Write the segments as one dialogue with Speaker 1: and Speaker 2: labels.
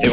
Speaker 1: If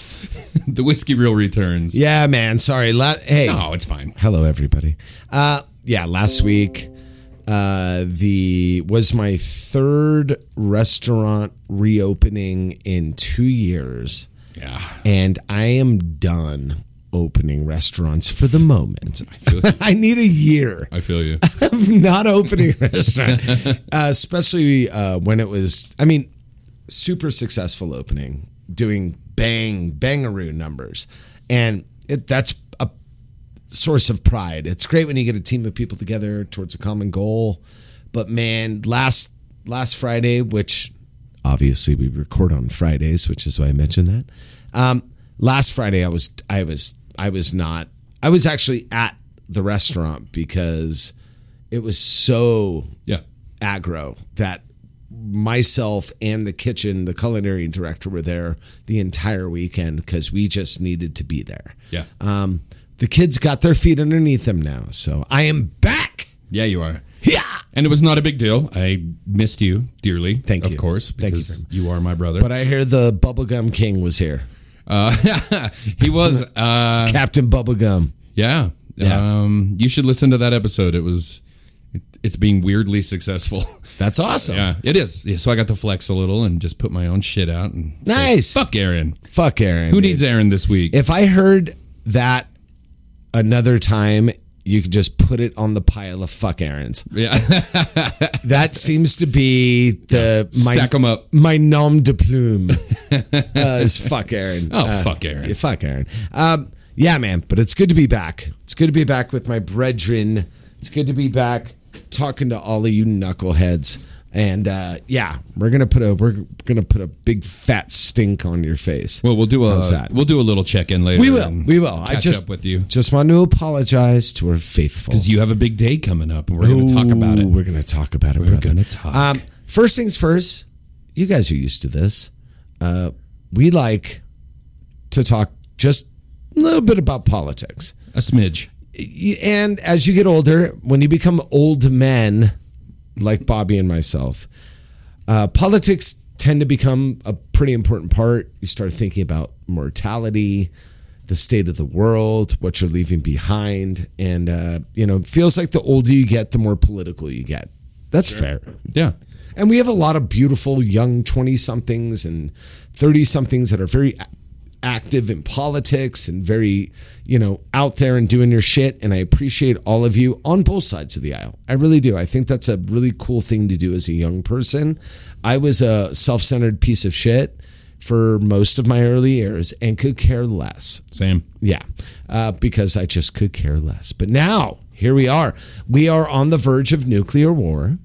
Speaker 2: The whiskey reel returns.
Speaker 3: Yeah, man. Sorry. La- hey.
Speaker 2: No, it's fine.
Speaker 3: Hello, everybody. Uh, yeah, last week uh, the was my third restaurant reopening in two years,
Speaker 2: Yeah.
Speaker 3: and I am done opening restaurants for the moment. I need a year
Speaker 2: I feel you.
Speaker 3: of not opening a restaurant, uh, especially uh, when it was. I mean, super successful opening, doing bang bangaroo numbers, and it, that's a source of pride. It's great when you get a team of people together towards a common goal, but man, last last Friday, which obviously we record on Fridays, which is why I mentioned that. Um, last Friday, I was I was I was not I was actually at the restaurant because it was so
Speaker 2: Yeah.
Speaker 3: aggro that myself and the kitchen, the culinary director, were there the entire weekend because we just needed to be there.
Speaker 2: Yeah.
Speaker 3: Um, the kids got their feet underneath them now, so I am back.
Speaker 2: Yeah, you are.
Speaker 3: Yeah.
Speaker 2: And it was not a big deal. I missed you dearly.
Speaker 3: Thank
Speaker 2: of
Speaker 3: you.
Speaker 2: Of course,
Speaker 3: Thank you
Speaker 2: because
Speaker 3: very
Speaker 2: you are my brother.
Speaker 3: But I hear the Bubblegum King was here.
Speaker 2: uh, he was. Uh,
Speaker 3: Captain Bubblegum.
Speaker 2: yeah.
Speaker 3: Yeah.
Speaker 2: Um, you should listen to that episode. It was. It, it's being weirdly successful.
Speaker 3: That's awesome.
Speaker 2: yeah, it is. Yeah, so I got to flex a little and just put my own shit out and say,
Speaker 3: Nice.
Speaker 2: Fuck Aaron.
Speaker 3: Fuck Aaron.
Speaker 2: Who
Speaker 3: dude.
Speaker 2: needs Aaron this week?
Speaker 3: If I heard that another time, you could just put it on the pile of fuck errands.
Speaker 2: yeah.
Speaker 3: That seems to be the my,
Speaker 2: Stack 'em up.
Speaker 3: My nom de plume uh, is fuck Aaron.
Speaker 2: Oh,
Speaker 3: Uh,
Speaker 2: fuck Aaron.
Speaker 3: yeah, fuck Aaron. Um, yeah, man. But it's good to be back. It's good to be back with my brethren. It's good to be back talking to all of you knuckleheads. And uh, yeah, we're gonna put a we're gonna put a big fat stink on your face.
Speaker 2: Well, we'll do
Speaker 3: How's
Speaker 2: a
Speaker 3: that?
Speaker 2: we'll do a little check in later.
Speaker 3: We will.
Speaker 2: and
Speaker 3: We will. I
Speaker 2: Catch
Speaker 3: just
Speaker 2: up with you.
Speaker 3: Just want to apologize to our faithful.
Speaker 2: Because you have a big day coming up, and we're going to talk about
Speaker 3: Ooh,
Speaker 2: it.
Speaker 3: We're going to talk about it.
Speaker 2: We're
Speaker 3: brother. Um,
Speaker 2: gonna talk.
Speaker 3: first things first. You guys are used to this. Uh, we like to talk just a little bit about politics.
Speaker 2: A smidge.
Speaker 3: You- And as you get older, when you become old men, like Bobby and myself, uh, politics tend to become a pretty important part. You start thinking about mortality, the state of the world, what you're leaving behind, and uh, you know, it feels like the older you get, the more political you get. That's fair.
Speaker 2: Yeah.
Speaker 3: And we have a lot of beautiful young 20 somethings and 30 somethings that are very a- active in politics and very, you know, out there and doing your shit. And I appreciate all of you on both sides of the aisle. I really do. I think that's a really cool thing to do as a young person. I was a self centered piece of shit for most of my early years and could care less.
Speaker 2: Same.
Speaker 3: Yeah, uh, because I just could care less. But now, here we are. We are on the verge of nuclear war.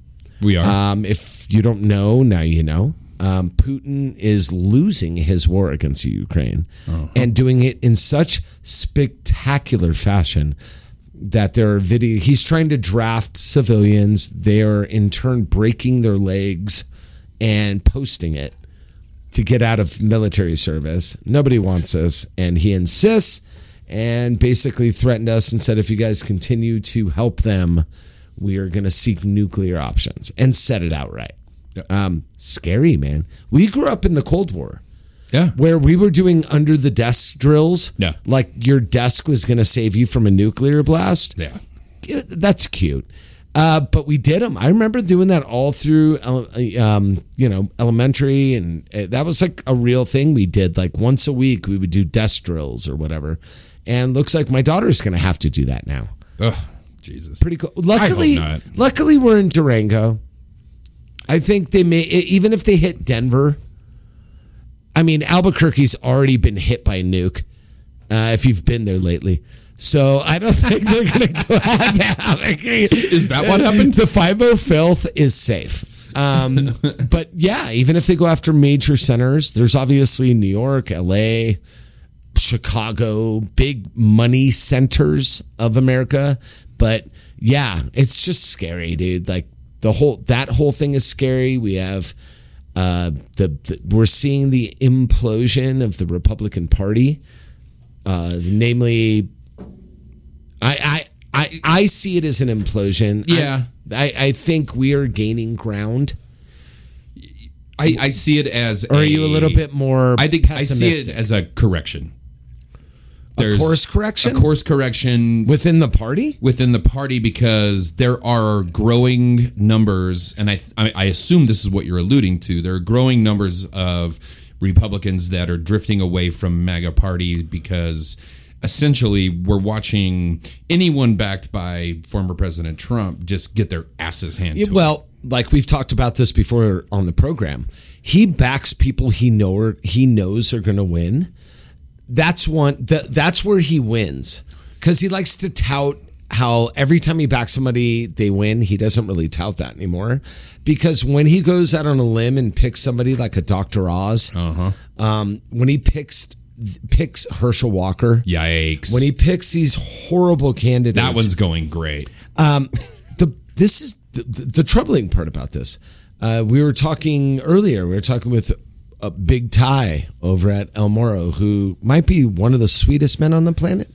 Speaker 2: We are.
Speaker 3: Um, if you don't know, now you know. Um, Putin is losing his war against Ukraine and doing it in such spectacular fashion that there are video. He's trying to draft civilians. They are in turn breaking their legs and posting it to get out of military service. Nobody wants us, and he insists and basically threatened us and said, if you guys continue to help them, we are going to seek nuclear options and said it outright.
Speaker 2: Yeah.
Speaker 3: Um, scary, man. We grew up in the Cold War
Speaker 2: yeah.
Speaker 3: where we were doing under the desk drills.
Speaker 2: Yeah.
Speaker 3: Like your desk was going to save you from a nuclear blast
Speaker 2: Yeah.
Speaker 3: that's cute. Uh, but we did them. I remember doing that all through, ele- um, you know, elementary, and uh, that was like a real thing we did. Like once a week, we would do desk drills or whatever. And looks like my daughter's going to have to do that now.
Speaker 2: Ugh. Jesus.
Speaker 3: Pretty cool. Luckily,
Speaker 2: not.
Speaker 3: luckily we're in Durango, I think they may e, even if they hit Denver. I mean, Albuquerque's already been hit by a nuke. Uh, if you've been there lately. So I don't think they're going to go out to Albuquerque.
Speaker 2: Is that what happened?
Speaker 3: The 50 filth is safe. Um, but yeah, even if they go after major centers, there's obviously New York, LA, Chicago, big money centers of America. But yeah, it's just scary, dude. Like the whole that whole thing is scary. We have uh, the, the we're seeing the implosion of the Republican Party, uh, namely. I, I I I see it as an implosion.
Speaker 2: Yeah.
Speaker 3: I, I, I think we are gaining ground.
Speaker 2: I, I see it as.
Speaker 3: Or are you a little bit more?
Speaker 2: I think I see
Speaker 3: pessimistic?
Speaker 2: it as a correction. There's
Speaker 3: course correction?
Speaker 2: A course correction
Speaker 3: within the party.
Speaker 2: within the party because there are growing numbers, and I, I I assume this is what you're alluding to. There are growing numbers of Republicans that are drifting away from MAGA party because essentially we're watching anyone backed by former President Trump just get their asses handed to 'em.
Speaker 3: well, like we've talked about this before on the program, he backs people he know or he knows are going to win. That's one. That, that's where he wins because he likes to tout how every time he backs somebody they win. He doesn't really tout that anymore because when he goes out on a limb and picks somebody like a Dr. Oz,
Speaker 2: Oh.
Speaker 3: um, when he picks picks Herschel Walker,
Speaker 2: Yikes!
Speaker 3: when he picks these horrible candidates,
Speaker 2: that one's going great.
Speaker 3: the this is the, the, the troubling part about this. Uh, we were talking earlier. We were talking with a big Ty over at El Moro, who might be one of the sweetest men on the planet. Um,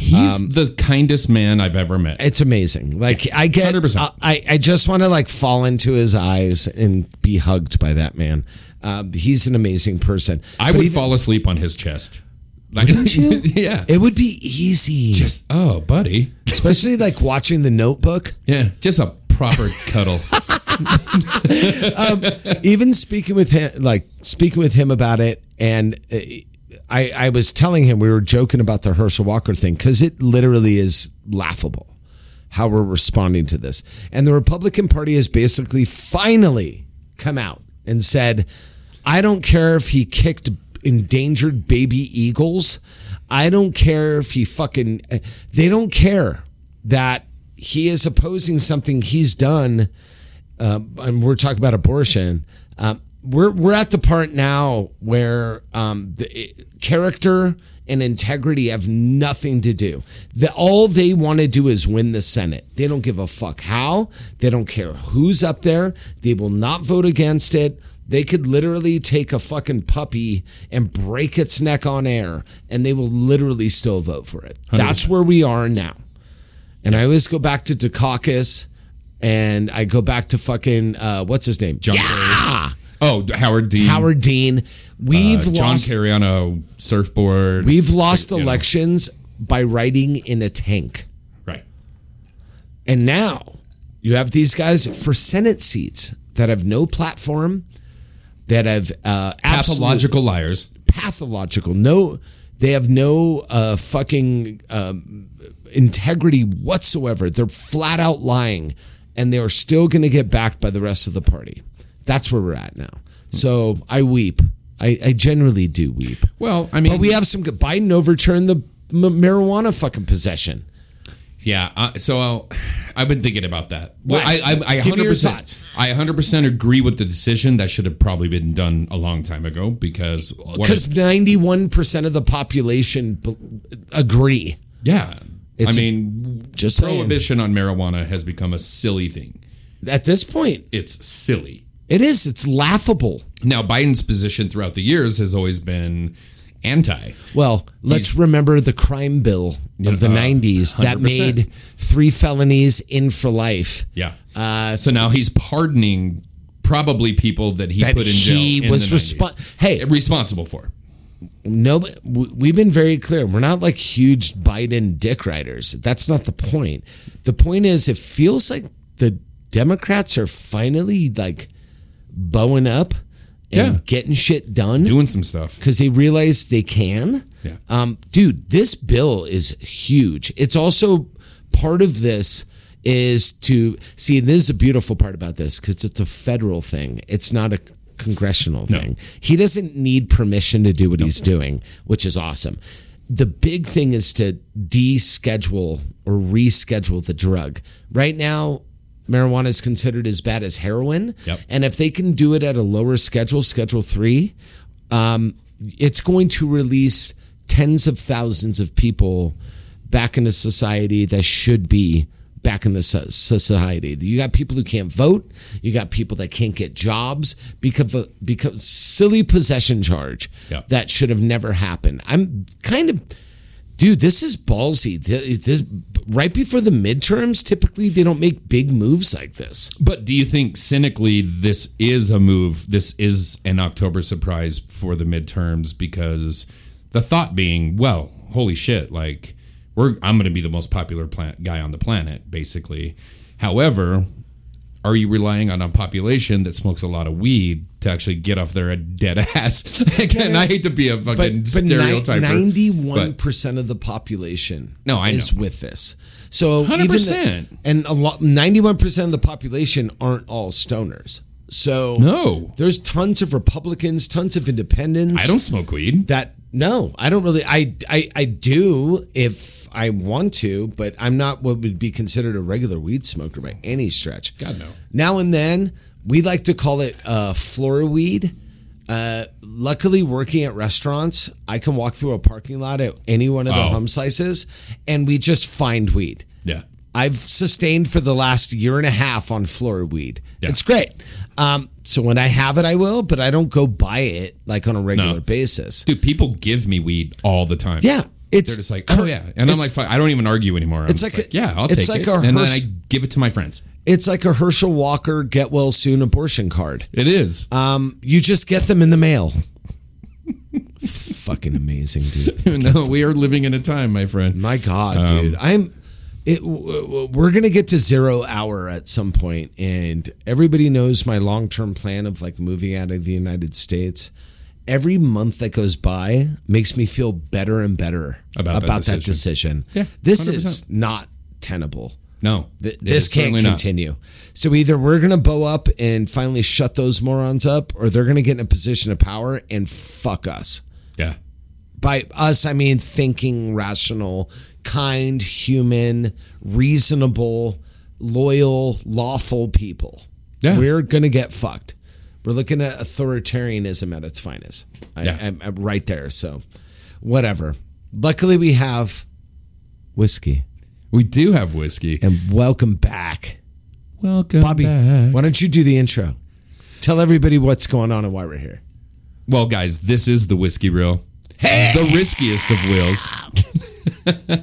Speaker 2: He's the kindest man I've ever met.
Speaker 3: It's amazing. Like I get,
Speaker 2: 100%.
Speaker 3: I I just want to like fall into his eyes and be hugged by that man. Um, he's an amazing person.
Speaker 2: I
Speaker 3: But
Speaker 2: would
Speaker 3: even-
Speaker 2: fall asleep on his chest. Like,
Speaker 3: Wouldn't you?
Speaker 2: yeah.
Speaker 3: It would be easy,
Speaker 2: just oh, buddy.
Speaker 3: especially like watching The Notebook.
Speaker 2: Yeah, just a proper cuddle.
Speaker 3: even speaking with him like speaking with him about it and uh, i i was telling him we were joking about the herschel walker thing because it literally is laughable how we're responding to this and the republican party has basically finally come out and said i don't care if he kicked endangered baby eagles i don't care if he fucking uh, they don't care that he is opposing something he's done and we're talking about abortion. Um, we're we're at the part now where um, the it, character and integrity have nothing to do. The, all they want to do is win the Senate. They don't give a fuck how. They don't care who's up there. They will not vote against it. They could literally take a fucking puppy and break its neck on air, and they will literally still vote for it. That's where we are now. And I always go back to Dukakis, and I go back to fucking uh, what's his name, John. Yeah,
Speaker 2: oh, Howard Dean.
Speaker 3: Howard Dean. We've
Speaker 2: Uh, John
Speaker 3: lost.
Speaker 2: Kerry on a surfboard.
Speaker 3: We've lost
Speaker 2: You know,
Speaker 3: elections by riding in a tank,
Speaker 2: Right.
Speaker 3: and now you have these guys for Senate seats that have no platform, that have uh, absolute-
Speaker 2: Pathological liars.
Speaker 3: pathological. No, they have no uh, fucking um, integrity whatsoever. They're flat out lying, and they are still going to get backed by the rest of the party. That's where we're at now. So I weep. I, I generally do weep.
Speaker 2: Well, I mean,
Speaker 3: But we have some good. Biden overturned the m- marijuana fucking possession.
Speaker 2: Yeah, uh, so I'll, I've been thinking about that. Well,
Speaker 3: Right.
Speaker 2: I, I, I
Speaker 3: Give me your
Speaker 2: 100%,
Speaker 3: thoughts.
Speaker 2: I 100% agree with the decision. That should have probably been done a long time ago because what
Speaker 3: Because
Speaker 2: if-
Speaker 3: 91% of the population b- agree.
Speaker 2: yeah, I
Speaker 3: It's-
Speaker 2: mean,
Speaker 3: Just saying.
Speaker 2: prohibition on marijuana has become a silly thing.
Speaker 3: At this point,
Speaker 2: It's silly.
Speaker 3: it is. It's laughable.
Speaker 2: Now, Biden's position throughout the years has always been anti.
Speaker 3: Well, let's remember the crime bill of the
Speaker 2: uh,
Speaker 3: 90s that
Speaker 2: 100%.
Speaker 3: made three felonies in for life.
Speaker 2: Yeah. Uh, so now he's pardoning probably people that he
Speaker 3: That
Speaker 2: put in jail.
Speaker 3: he
Speaker 2: in
Speaker 3: was
Speaker 2: the 90s.
Speaker 3: respon- Hey.
Speaker 2: responsible for.
Speaker 3: No, w- we've been very clear. We're not like huge Biden dick riders. That's not the point. The point is, it feels like the Democrats are finally like bowing up and
Speaker 2: Yeah.
Speaker 3: getting shit done.
Speaker 2: doing some stuff.
Speaker 3: because they realize they can.
Speaker 2: Yeah.
Speaker 3: Um, dude, this bill is huge. It's also part of this is to see this is a beautiful part about this because it's a federal thing. It's not a congressional thing. He doesn't need permission to do what he's doing, which is awesome. The big thing is to deschedule or reschedule the drug. Right now, marijuana is considered as bad as heroin.
Speaker 2: Yep.
Speaker 3: And if they can do it at a lower schedule, schedule three, um, it's going to release tens of thousands of people back into society that should be back in the so- society. You got people who can't vote. You got people that can't get jobs because of, because silly possession charge
Speaker 2: Yeah.
Speaker 3: that should have never happened. I'm kind of dude this is ballsy Th- this right before the midterms typically they don't make big moves like this
Speaker 2: But do you think cynically this is a move? This is an October surprise for the midterms because the thought being, well, holy shit, like we're I'm going to be the most popular plant guy on the planet basically. However, are you relying on a population that smokes a lot of weed to actually get off their dead ass? Again, I hate to be a fucking stereotyper.
Speaker 3: ninety-one
Speaker 2: but-
Speaker 3: percent of the population
Speaker 2: No, I
Speaker 3: is
Speaker 2: know.
Speaker 3: with this. So
Speaker 2: 100%.
Speaker 3: even the- and a lot ninety-one percent of the population aren't all stoners. So
Speaker 2: No.
Speaker 3: there's tons of Republicans, tons of independents.
Speaker 2: I don't smoke weed.
Speaker 3: that no, I don't really. I I I do if I want to, but I'm not what would be considered a regular weed smoker by any stretch.
Speaker 2: God, no.
Speaker 3: Now and then we like to call it uh, floor weed. Uh, luckily, working at restaurants, I can walk through a parking lot at any one of the
Speaker 2: Oh.
Speaker 3: hum slices, and we just find weed.
Speaker 2: Yeah.
Speaker 3: I've sustained for the last year and a half on floor weed.
Speaker 2: Yeah.
Speaker 3: It's great. Um, so when I have it, I will, but I don't go buy it like on a regular
Speaker 2: No.
Speaker 3: basis.
Speaker 2: Dude, people give me weed all the time.
Speaker 3: Yeah, it's
Speaker 2: They're just like, oh yeah, and I'm like,
Speaker 3: it's-
Speaker 2: fine. I don't even argue anymore. I'm
Speaker 3: It's
Speaker 2: it's
Speaker 3: like
Speaker 2: like,
Speaker 3: a-
Speaker 2: yeah, I'll
Speaker 3: it's
Speaker 2: take
Speaker 3: like
Speaker 2: it,
Speaker 3: a
Speaker 2: and then
Speaker 3: hearse-
Speaker 2: I give it to my friends.
Speaker 3: it's like a Herschel Walker get well soon abortion card.
Speaker 2: It is.
Speaker 3: Um, you just get them in the mail. Fucking amazing, dude.
Speaker 2: no, we are living in a time, my friend.
Speaker 3: My God,
Speaker 2: Um,
Speaker 3: dude. I'm. It, w- w- we're gonna get to zero hour at some point, and everybody knows my long term plan of like moving out of the United States. Every month that goes by makes me feel better and better
Speaker 2: About that
Speaker 3: that decision.
Speaker 2: Yeah,
Speaker 3: this
Speaker 2: 100%.
Speaker 3: is not tenable.
Speaker 2: No,
Speaker 3: Th-
Speaker 2: it
Speaker 3: this
Speaker 2: is
Speaker 3: can't
Speaker 2: certainly not.
Speaker 3: continue. So either we're going to bow up and finally shut those morons up, or they're going to get in a position of power and fuck us.
Speaker 2: Yeah,
Speaker 3: By us, I mean thinking, rational, kind, human, reasonable, loyal, lawful people.
Speaker 2: Yeah.
Speaker 3: We're going to get fucked. We're looking at authoritarianism at its finest. I,
Speaker 2: Yeah.
Speaker 3: I'm, I'm right there. So, whatever. Luckily, we have whiskey.
Speaker 2: we do have whiskey.
Speaker 3: And welcome back.
Speaker 2: Welcome,
Speaker 3: Bobby, why don't you do the intro? Tell everybody what's going on and why we're here.
Speaker 2: Well, guys, this is the whiskey reel. The riskiest of wheels.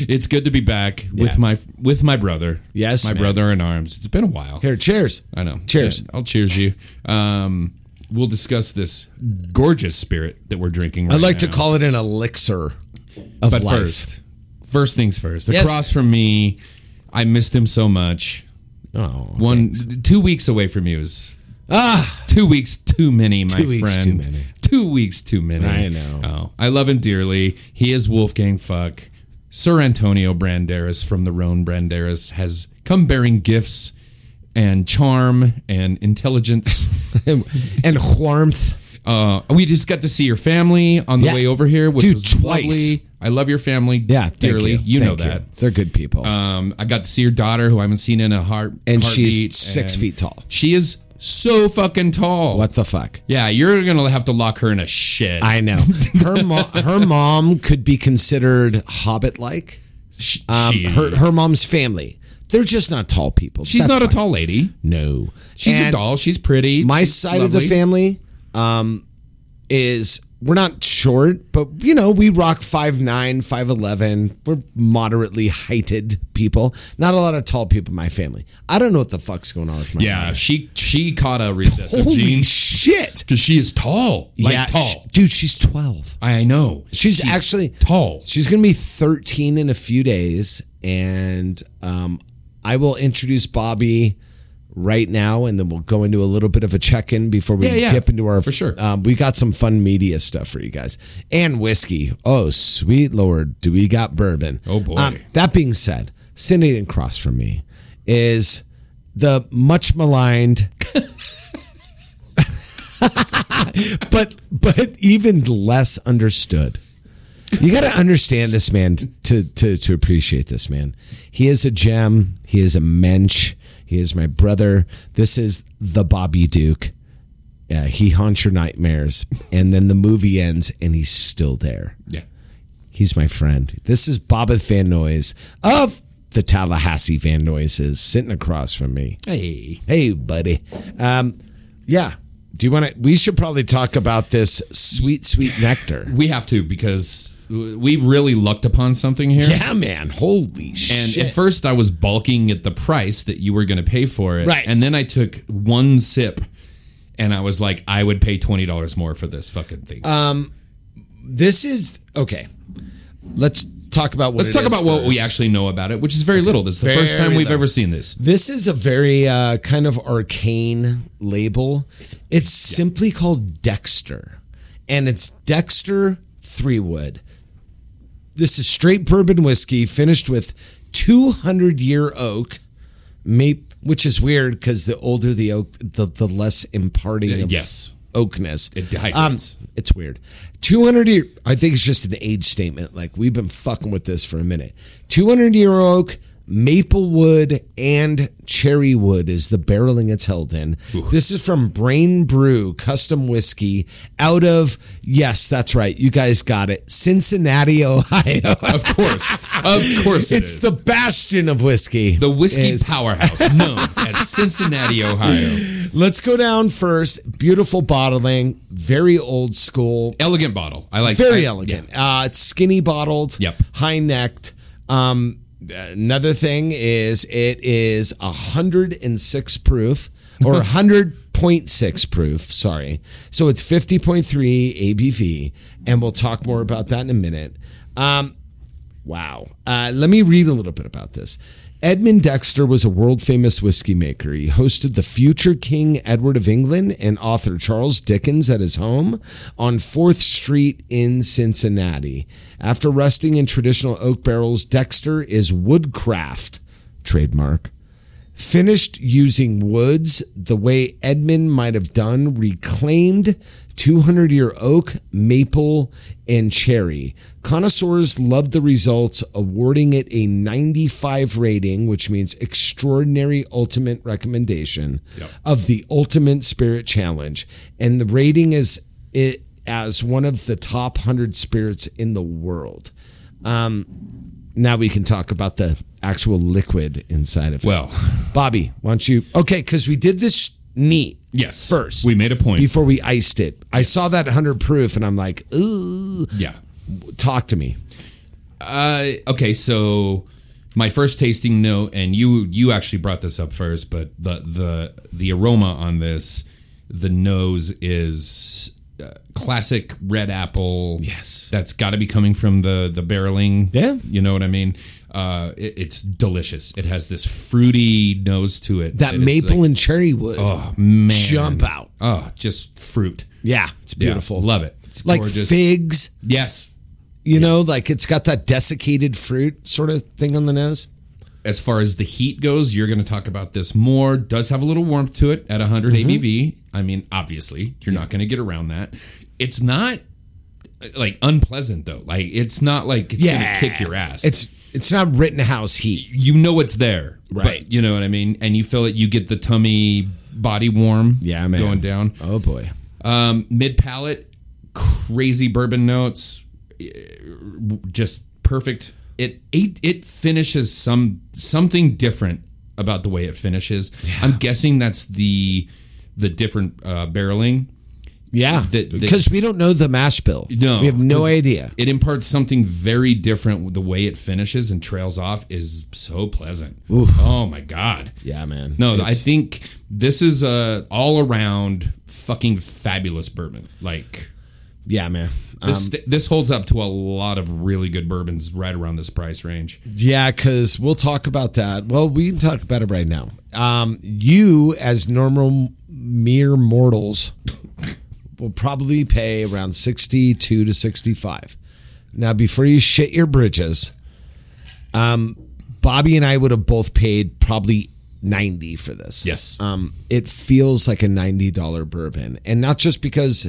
Speaker 2: it's good to be back
Speaker 3: Yeah.
Speaker 2: with my with my brother.
Speaker 3: Yes,
Speaker 2: my
Speaker 3: man.
Speaker 2: brother in arms. It's been a while.
Speaker 3: Here, cheers.
Speaker 2: I know.
Speaker 3: Cheers.
Speaker 2: Yeah, I'll cheers you. Um, we'll discuss this gorgeous spirit that we're drinking. Right
Speaker 3: I'd like to
Speaker 2: now.
Speaker 3: call it an elixir of
Speaker 2: but
Speaker 3: life.
Speaker 2: first, first things first.
Speaker 3: Yes.
Speaker 2: Across from me, I missed him so much.
Speaker 3: Oh,
Speaker 2: One, two weeks away from you is ah, two weeks too many, my
Speaker 3: Two weeks
Speaker 2: friend.
Speaker 3: too many.
Speaker 2: Two weeks too many.
Speaker 3: I know.
Speaker 2: Oh, I love him dearly. He is Wolfgang Fuck. Sir Antonio Branderas from the Rhone Branderas has come bearing gifts and charm and intelligence.
Speaker 3: and, and warmth.
Speaker 2: Uh, we just got to see your family on the
Speaker 3: Yeah.
Speaker 2: way over here, which
Speaker 3: Dude,
Speaker 2: was
Speaker 3: twice.
Speaker 2: lovely. I love your family,
Speaker 3: Yeah, thank
Speaker 2: dearly.
Speaker 3: You,
Speaker 2: know
Speaker 3: Thank
Speaker 2: that.
Speaker 3: you. they're good people,
Speaker 2: Um, I got to see your daughter, who I haven't seen in a heart,
Speaker 3: and
Speaker 2: heartbeat,
Speaker 3: she's six
Speaker 2: and
Speaker 3: feet tall.
Speaker 2: She is so fucking tall.
Speaker 3: What the fuck?
Speaker 2: Yeah, you're gonna have to lock her in a shed.
Speaker 3: I know. Her mo- her mom could be considered hobbit like.
Speaker 2: She-
Speaker 3: Um,
Speaker 2: she-
Speaker 3: her her mom's family. They're just not tall people.
Speaker 2: she's
Speaker 3: That's
Speaker 2: not a
Speaker 3: fine.
Speaker 2: tall lady.
Speaker 3: No,
Speaker 2: She's a
Speaker 3: And-
Speaker 2: doll. She's pretty.
Speaker 3: my
Speaker 2: She's
Speaker 3: side of the
Speaker 2: lovely.
Speaker 3: family um, is we're not short, but you know we rock 5'9", 5'11". We're moderately heighted people. Not a lot of tall people in my family. I don't know what the fuck's going on with my
Speaker 2: Yeah,
Speaker 3: family.
Speaker 2: she she caught a recessive
Speaker 3: Holy
Speaker 2: gene
Speaker 3: shit!
Speaker 2: because she is tall. Like
Speaker 3: yeah,
Speaker 2: tall.
Speaker 3: sh- dude. She's twelve.
Speaker 2: I know.
Speaker 3: She's, actually
Speaker 2: tall.
Speaker 3: She's gonna be thirteen in a few days, and um, I will introduce Bobby right now, and then we'll go into a little bit of a check in before we
Speaker 2: Yeah, yeah,
Speaker 3: dip into our
Speaker 2: for sure.
Speaker 3: Um, we got some fun media stuff for you guys and whiskey. Oh, sweet lord, do we got bourbon?
Speaker 2: Oh, boy.
Speaker 3: that being said, sitting across from me is the much maligned but but even less understood. You got to understand this man to to to appreciate this man. He is a gem. He is a mensch. He is my brother. This is the Bobby Duke. Yeah, he haunts your nightmares, and then the movie ends, and he's still there.
Speaker 2: Yeah.
Speaker 3: He's my friend. This is Bobbeth Van Noyes of the Tallahassee Van Noises sitting across from me.
Speaker 2: Hey.
Speaker 3: Hey, buddy. Um, yeah. Do you want to? We should probably talk about this sweet, sweet nectar.
Speaker 2: We have to because we really lucked upon something here.
Speaker 3: Yeah, man. Holy
Speaker 2: And
Speaker 3: shit.
Speaker 2: at first, I was balking at the price that you were going to pay for it.
Speaker 3: Right.
Speaker 2: And then I took one sip, and I was like, I would pay twenty dollars more for this fucking thing.
Speaker 3: Um, this is okay. Let's talk about what.
Speaker 2: Let's
Speaker 3: it
Speaker 2: talk
Speaker 3: is
Speaker 2: about what we
Speaker 3: first.
Speaker 2: actually know about it, which is very little. This is the first
Speaker 3: Very
Speaker 2: time we've
Speaker 3: little.
Speaker 2: ever seen this.
Speaker 3: This is a very uh, kind of arcane label. It's, simply called Dexter, and it's Dexter Three Wood. This is straight bourbon whiskey finished with 200 year oak maple, which is weird because the older the oak, the, the less imparting
Speaker 2: Uh,
Speaker 3: of
Speaker 2: yes.
Speaker 3: oakness. Um,
Speaker 2: It dehydrates.
Speaker 3: it's weird. 200 year, I think it's just an age statement. Like we've been fucking with this for a minute. 200 year oak, maple wood, and cherry wood is the barreling it's held in. This is from Brain Brew Custom Whiskey out of, yes, that's right. You guys got it. Cincinnati, Ohio.
Speaker 2: Of course, of course, it
Speaker 3: it's
Speaker 2: is.
Speaker 3: the bastion of whiskey.
Speaker 2: the whiskey
Speaker 3: is-
Speaker 2: powerhouse known as Cincinnati, Ohio.
Speaker 3: Let's go down first. Beautiful bottling, very old school.
Speaker 2: Elegant bottle. I like
Speaker 3: very
Speaker 2: I-
Speaker 3: elegant.
Speaker 2: yeah.
Speaker 3: Uh, it's skinny bottled.
Speaker 2: Yep.
Speaker 3: High necked. Um, another thing is it is hundred and six proof or hundred point six proof. Sorry. So it's fifty point three ABV, and we'll talk more about that in a minute. Um, Wow. Uh, let me read a little bit about this. Edmund Dexter was a world famous whiskey maker. He hosted the future King Edward of England and author Charles Dickens at his home on 4th Street in Cincinnati. After resting in traditional oak barrels, Dexter is woodcraft, trademark, finished using woods the way Edmund might have done, reclaimed 200 year oak, maple, and cherry. Connoisseurs loved the results, awarding it a 95 rating, which means extraordinary ultimate recommendation of the ultimate spirit challenge. And the rating is it as one of the top 100 spirits in the world. Um, now we can talk about the actual liquid inside of it.
Speaker 2: Well,
Speaker 3: Bobby, why don't you? Okay, because we did this neat.
Speaker 2: Yes.
Speaker 3: First,
Speaker 2: We made a point.
Speaker 3: before we iced it. I saw that hundred proof, and I'm like, ooh,
Speaker 2: yeah.
Speaker 3: talk to me.
Speaker 2: Uh, okay, so my first tasting note, and you you actually brought this up first, but the the the aroma on this, the nose is uh, classic red apple.
Speaker 3: Yes.
Speaker 2: that's got to be coming from the the barreling.
Speaker 3: Yeah.
Speaker 2: you know what I mean. Uh, it, it's delicious. It has this fruity nose to it.
Speaker 3: That
Speaker 2: is
Speaker 3: maple
Speaker 2: like-
Speaker 3: and cherry wood
Speaker 2: oh man
Speaker 3: jump out.
Speaker 2: Oh, just fruit.
Speaker 3: Yeah, it's
Speaker 2: Yeah,
Speaker 3: beautiful.
Speaker 2: love it. It's
Speaker 3: Like
Speaker 2: gorgeous.
Speaker 3: figs,
Speaker 2: Yes,
Speaker 3: you know, like it's got that desiccated fruit sort of thing on the nose.
Speaker 2: as far as the heat goes, you're going to talk about this more. Does have a little warmth to it at 100
Speaker 3: Mm-hmm.
Speaker 2: ABV. I mean, obviously, you're not going to get around that. It's not uh, like unpleasant though. Like it's not like it's going to kick your ass.
Speaker 3: It's it's not Rittenhouse heat.
Speaker 2: you know it's there,
Speaker 3: Right.
Speaker 2: But you know what I mean, and you feel it. You get the tummy body warm,
Speaker 3: Yeah, man.
Speaker 2: going down.
Speaker 3: Oh boy.
Speaker 2: Um, Mid palate, crazy bourbon notes, eh, just perfect. It it it finishes some something different about the way it finishes. I'm guessing that's the the different uh, barreling.
Speaker 3: Yeah,
Speaker 2: The- the-
Speaker 3: because we don't know the mash bill.
Speaker 2: No,
Speaker 3: we have no
Speaker 2: 'cause
Speaker 3: idea.
Speaker 2: It imparts something very different. with The way it finishes and trails off is so pleasant. Oh my god.
Speaker 3: Yeah, man.
Speaker 2: No, I
Speaker 3: It's-
Speaker 2: think this is a all around fucking fabulous bourbon. Like
Speaker 3: yeah, man. Um,
Speaker 2: This this holds up to a lot of really good bourbons right around this price range.
Speaker 3: Yeah, because we'll talk about that. Well, we can talk about it right now. Um, you, as normal mere mortals, will probably pay around sixty-two to sixty-five. Now, before you shit your bridges, um, Bobby and I would have both paid probably 90 for this.
Speaker 2: Yes.
Speaker 3: Um, it feels like a $90 bourbon. And not just because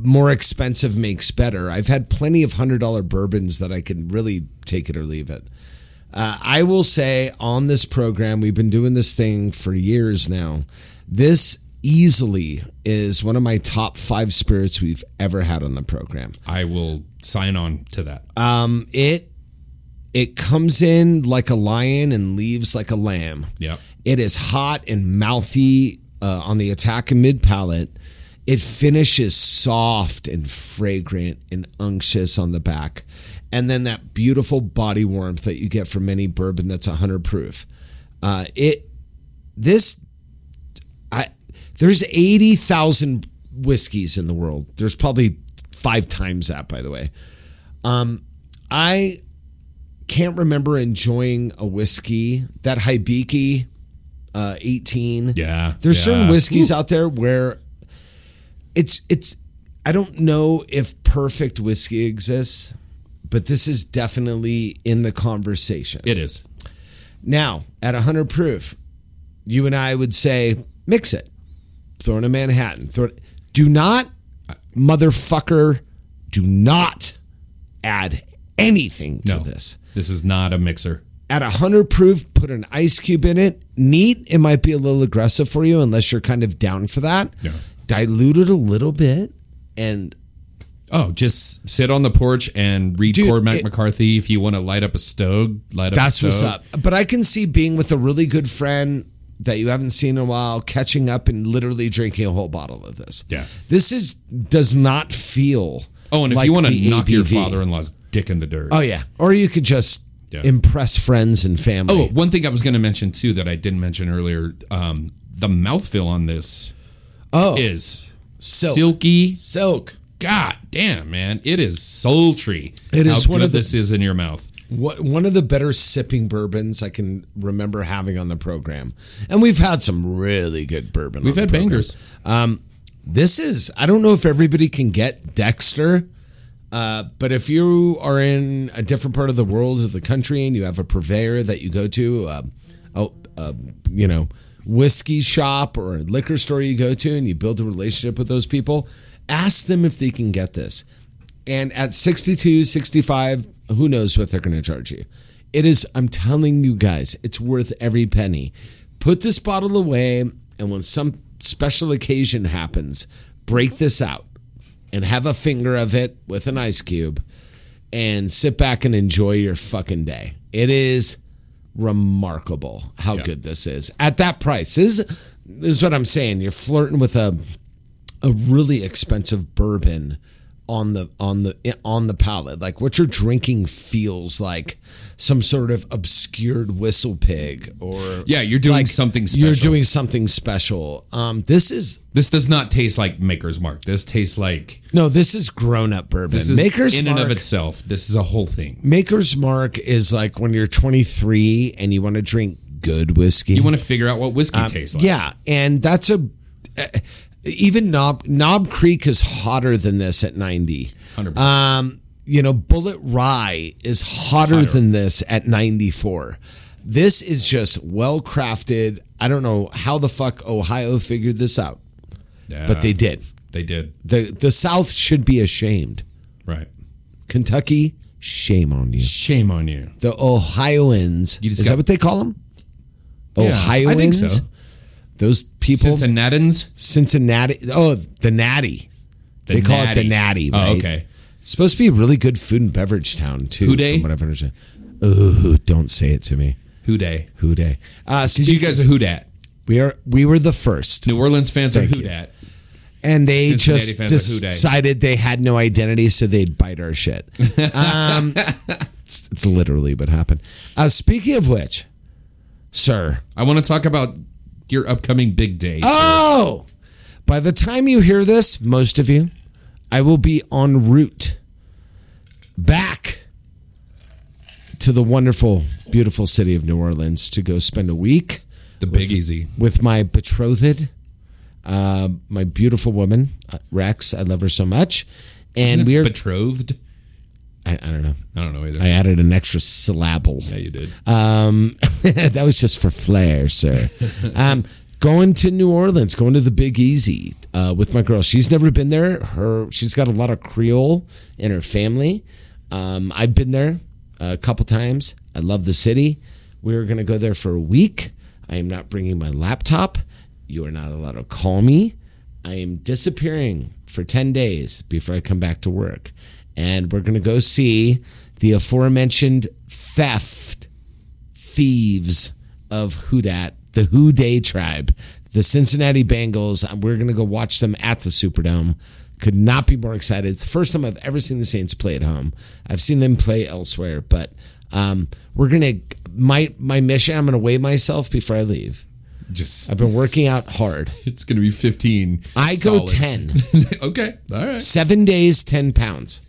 Speaker 3: more expensive makes better. I've had plenty of $100 bourbons that I can really take it or leave it. Uh, I will say on this program, we've been doing this thing for years now. This easily is one of my top five spirits we've ever had on the program.
Speaker 2: I will sign on to that.
Speaker 3: Um, it it comes in like a lion and leaves like a lamb.
Speaker 2: Yep.
Speaker 3: It is hot and mouthy uh, on the attack and mid palate. It finishes soft and fragrant and unctuous on the back. And then that beautiful body warmth that you get from any bourbon that's 100 proof. Uh, it, this, I, there's 80,000 whiskeys in the world. There's probably five times that, by the way. Um, I can't remember enjoying a whiskey that Hibiki uh, 18.
Speaker 2: Yeah,
Speaker 3: There's certain
Speaker 2: yeah.
Speaker 3: whiskeys out there where it's it's I don't know if perfect whiskey exists, but this is definitely in the conversation.
Speaker 2: It is.
Speaker 3: Now, at 100 proof, you and I would say mix it. Throw in a Manhattan. Throw it. Do not, motherfucker, do not add anything
Speaker 2: No.
Speaker 3: to this.
Speaker 2: This is not a mixer.
Speaker 3: At 100 proof, put an ice cube in it. Neat, it might be a little aggressive for you unless you're kind of down for that.
Speaker 2: Yeah.
Speaker 3: Dilute it a little bit and
Speaker 2: Oh, just sit on the porch and read
Speaker 3: Dude,
Speaker 2: Cormac
Speaker 3: it-
Speaker 2: McCarthy. If you want to light up a stove, light up. a
Speaker 3: That's
Speaker 2: stove.
Speaker 3: what's up. But I can see being with a really good friend that you haven't seen in a while, catching up and literally drinking a whole bottle of this.
Speaker 2: Yeah.
Speaker 3: This is does not feel.
Speaker 2: Oh, and if
Speaker 3: like
Speaker 2: you want to
Speaker 3: the
Speaker 2: knock your
Speaker 3: ABV.
Speaker 2: father-in-law's dick in the dirt.
Speaker 3: Oh yeah. Or you could just
Speaker 2: Yeah.
Speaker 3: impress friends and family.
Speaker 2: Oh, one thing I was going to mention too that I didn't mention earlier. Um, the mouthfeel on this
Speaker 3: Oh.
Speaker 2: is
Speaker 3: Silk.
Speaker 2: silky.
Speaker 3: silk.
Speaker 2: God damn, man, it is sultry.
Speaker 3: It
Speaker 2: how
Speaker 3: is one
Speaker 2: good
Speaker 3: of the-
Speaker 2: this is in your mouth.
Speaker 3: What one of the better sipping bourbons I can remember having on the program, and we've had some really good bourbon.
Speaker 2: We've had bangers.
Speaker 3: Um, this is i don't know if everybody can get dexter uh, but if you are in a different part of the world or the country and you have a purveyor that you go to uh, oh, uh, you know whiskey shop or a liquor store you go to and you build a relationship with those people ask them if they can get this and at 62 65 who knows what they're going to charge you it is i'm telling you guys it's worth every penny put this bottle away and when some special occasion happens break this out and have a finger of it with an ice cube and sit back and enjoy your fucking day it is remarkable how good this is at that price this is, this is what i'm saying you're flirting with a a really expensive bourbon on the on the on the palate. Like what you're drinking feels like some sort of obscured whistle pig or
Speaker 2: Yeah, you're doing
Speaker 3: like,
Speaker 2: something special.
Speaker 3: You're doing something special. Um, this is
Speaker 2: This does not taste like Maker's Mark. This tastes like
Speaker 3: no, this is grown up bourbon.
Speaker 2: this is
Speaker 3: Maker's
Speaker 2: in
Speaker 3: Mark,
Speaker 2: and of itself. This is a whole thing.
Speaker 3: Maker's Mark is like when you're 23 and you want to drink good whiskey. Um,
Speaker 2: You want to figure out what whiskey tastes like.
Speaker 3: Yeah, and that's a uh, even Knob Knob Creek is hotter than this at ninety.
Speaker 2: 100%.
Speaker 3: Um, you know, Bullet Rye is hotter, than this at ninety four. This is just well crafted. I don't know how the fuck Ohio figured this out,
Speaker 2: Yeah,
Speaker 3: but they did.
Speaker 2: they did
Speaker 3: the The South should be ashamed.
Speaker 2: right.
Speaker 3: Kentucky, shame on you.
Speaker 2: Shame on you.
Speaker 3: The Ohioans.
Speaker 2: You just
Speaker 3: is
Speaker 2: got-
Speaker 3: that what they call them?
Speaker 2: Yeah,
Speaker 3: Ohioans.
Speaker 2: I think so.
Speaker 3: Those people.
Speaker 2: Cincinnatins.
Speaker 3: Cincinnati. Oh, the Natty.
Speaker 2: The
Speaker 3: they call it the Natty. Right?
Speaker 2: Oh, okay.
Speaker 3: It's supposed to be a really good food and beverage town too.
Speaker 2: Who dey?
Speaker 3: From what I've understood. Ooh, don't say it to me.
Speaker 2: Who day?
Speaker 3: Who day? Uh, so
Speaker 2: You guys are who dat?
Speaker 3: we are we were the first,
Speaker 2: New Orleans fans are who dat.
Speaker 3: and they
Speaker 2: Cincinnati
Speaker 3: just
Speaker 2: fans are who dey.
Speaker 3: decided they had no identity, so they'd bite our shit. Um, it's, it's literally what happened. Uh, speaking of which, sir,
Speaker 2: I want to talk about your upcoming big day.
Speaker 3: Oh! By the time you hear this, most of you, I will be en route back to the wonderful, beautiful city of New Orleans to go spend a week
Speaker 2: the Big Easy.
Speaker 3: with my betrothed, uh, my beautiful woman, uh, Rex. I love her so much. And we are,
Speaker 2: betrothed.
Speaker 3: I, I don't know.
Speaker 2: I don't know either.
Speaker 3: I added an extra syllable.
Speaker 2: yeah, you did.
Speaker 3: Um, that was just for flair, sir. Um, going to New Orleans, going to the Big Easy uh, with my girl. She's never been there. Her she's got a lot of Creole in her family. Um, I've been there a couple times. I love the city. We are going to go there for a week. I am not bringing my laptop. You are not allowed to call me. I am disappearing for 10 days before I come back to work. And we're going to go see the aforementioned theft thieves of Houdat, the Who Day tribe, the Cincinnati Bengals. And We're going to go watch them at the Superdome. Could not be more excited. It's the first time I've ever seen the Saints play at home. I've seen them play elsewhere, but um, we're going to, my, my mission, I'm going to weigh myself before I leave.
Speaker 2: Just
Speaker 3: I've been working out hard.
Speaker 2: it's gonna be fifteen.
Speaker 3: I go
Speaker 2: solid.
Speaker 3: 10.
Speaker 2: okay, all right.
Speaker 3: Seven days, 10 pounds.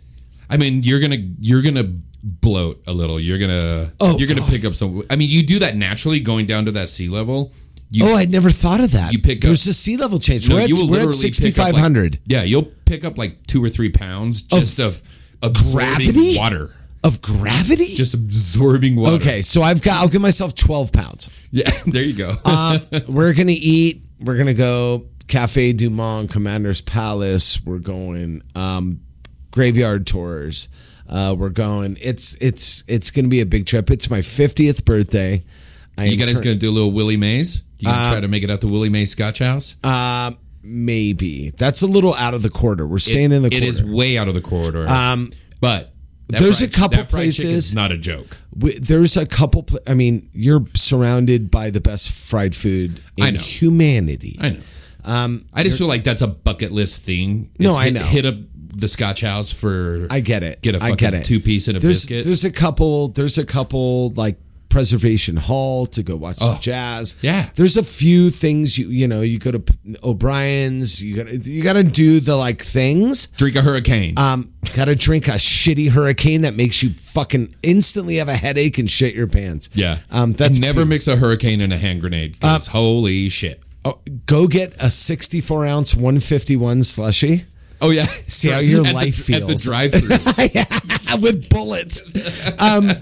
Speaker 2: I mean, you're gonna you're gonna bloat a little. You're gonna
Speaker 3: Oh,
Speaker 2: you're gonna
Speaker 3: God.
Speaker 2: pick up some. I mean, you do that naturally going down to that sea level. You,
Speaker 3: Oh, I'd never thought of that.
Speaker 2: You pick
Speaker 3: There's
Speaker 2: up-
Speaker 3: a sea level change.
Speaker 2: No,
Speaker 3: we're at,
Speaker 2: you will
Speaker 3: we're at
Speaker 2: literally pick up, like-
Speaker 3: 6,500
Speaker 2: yeah, you'll pick up like two or three pounds just of, absorbing
Speaker 3: gravity?
Speaker 2: water.
Speaker 3: of gravity.
Speaker 2: Just absorbing water.
Speaker 3: okay, so I've got. I'll give myself 12 pounds.
Speaker 2: Yeah, there you go.
Speaker 3: Uh, Um, we're gonna eat. We're gonna go Cafe Du Monde, Commander's Palace. We're going um, graveyard tours. Uh, we're going. It's it's it's gonna be a big trip. It's my 50th birthday. I
Speaker 2: you
Speaker 3: am
Speaker 2: guys
Speaker 3: turn-
Speaker 2: gonna do a little Willie Mays? You gonna try to make it out to Willie Mays Scotch House?
Speaker 3: Uh, maybe that's a little out of the quarter. We're staying in the.
Speaker 2: It
Speaker 3: quarter.
Speaker 2: is way out of the corridor.
Speaker 3: Um,
Speaker 2: but that
Speaker 3: there's
Speaker 2: fried-
Speaker 3: a couple
Speaker 2: that fried chicken's
Speaker 3: places-
Speaker 2: Not a joke.
Speaker 3: We- there's a couple. pla- I mean, you're surrounded by the best fried food in
Speaker 2: I know.
Speaker 3: humanity.
Speaker 2: I know. I just feel like that's a bucket list thing.
Speaker 3: Um, No,
Speaker 2: It's
Speaker 3: I
Speaker 2: hit-
Speaker 3: know.
Speaker 2: Hit up the Scotch House for.
Speaker 3: I get it.
Speaker 2: Get a
Speaker 3: I
Speaker 2: fucking
Speaker 3: get it.
Speaker 2: two piece and a
Speaker 3: there's,
Speaker 2: biscuit.
Speaker 3: There's a couple. There's a couple like Preservation Hall to go watch some jazz.
Speaker 2: Oh. yeah.
Speaker 3: There's a few things you you know you go to P- O'Brien's. You got you got to do the like things.
Speaker 2: drink a hurricane.
Speaker 3: Um, got to drink a shitty hurricane that makes you fucking instantly have a headache and shit your pants.
Speaker 2: yeah.
Speaker 3: Um, that's Uh,
Speaker 2: and never mix a hurricane and a hand grenade. 'cause holy shit.
Speaker 3: Oh, go get a 64 ounce 151 slushy.
Speaker 2: Oh yeah.
Speaker 3: See how your
Speaker 2: At the-
Speaker 3: life
Speaker 2: at the
Speaker 3: feels.
Speaker 2: drive-through.
Speaker 3: with bullets. Um,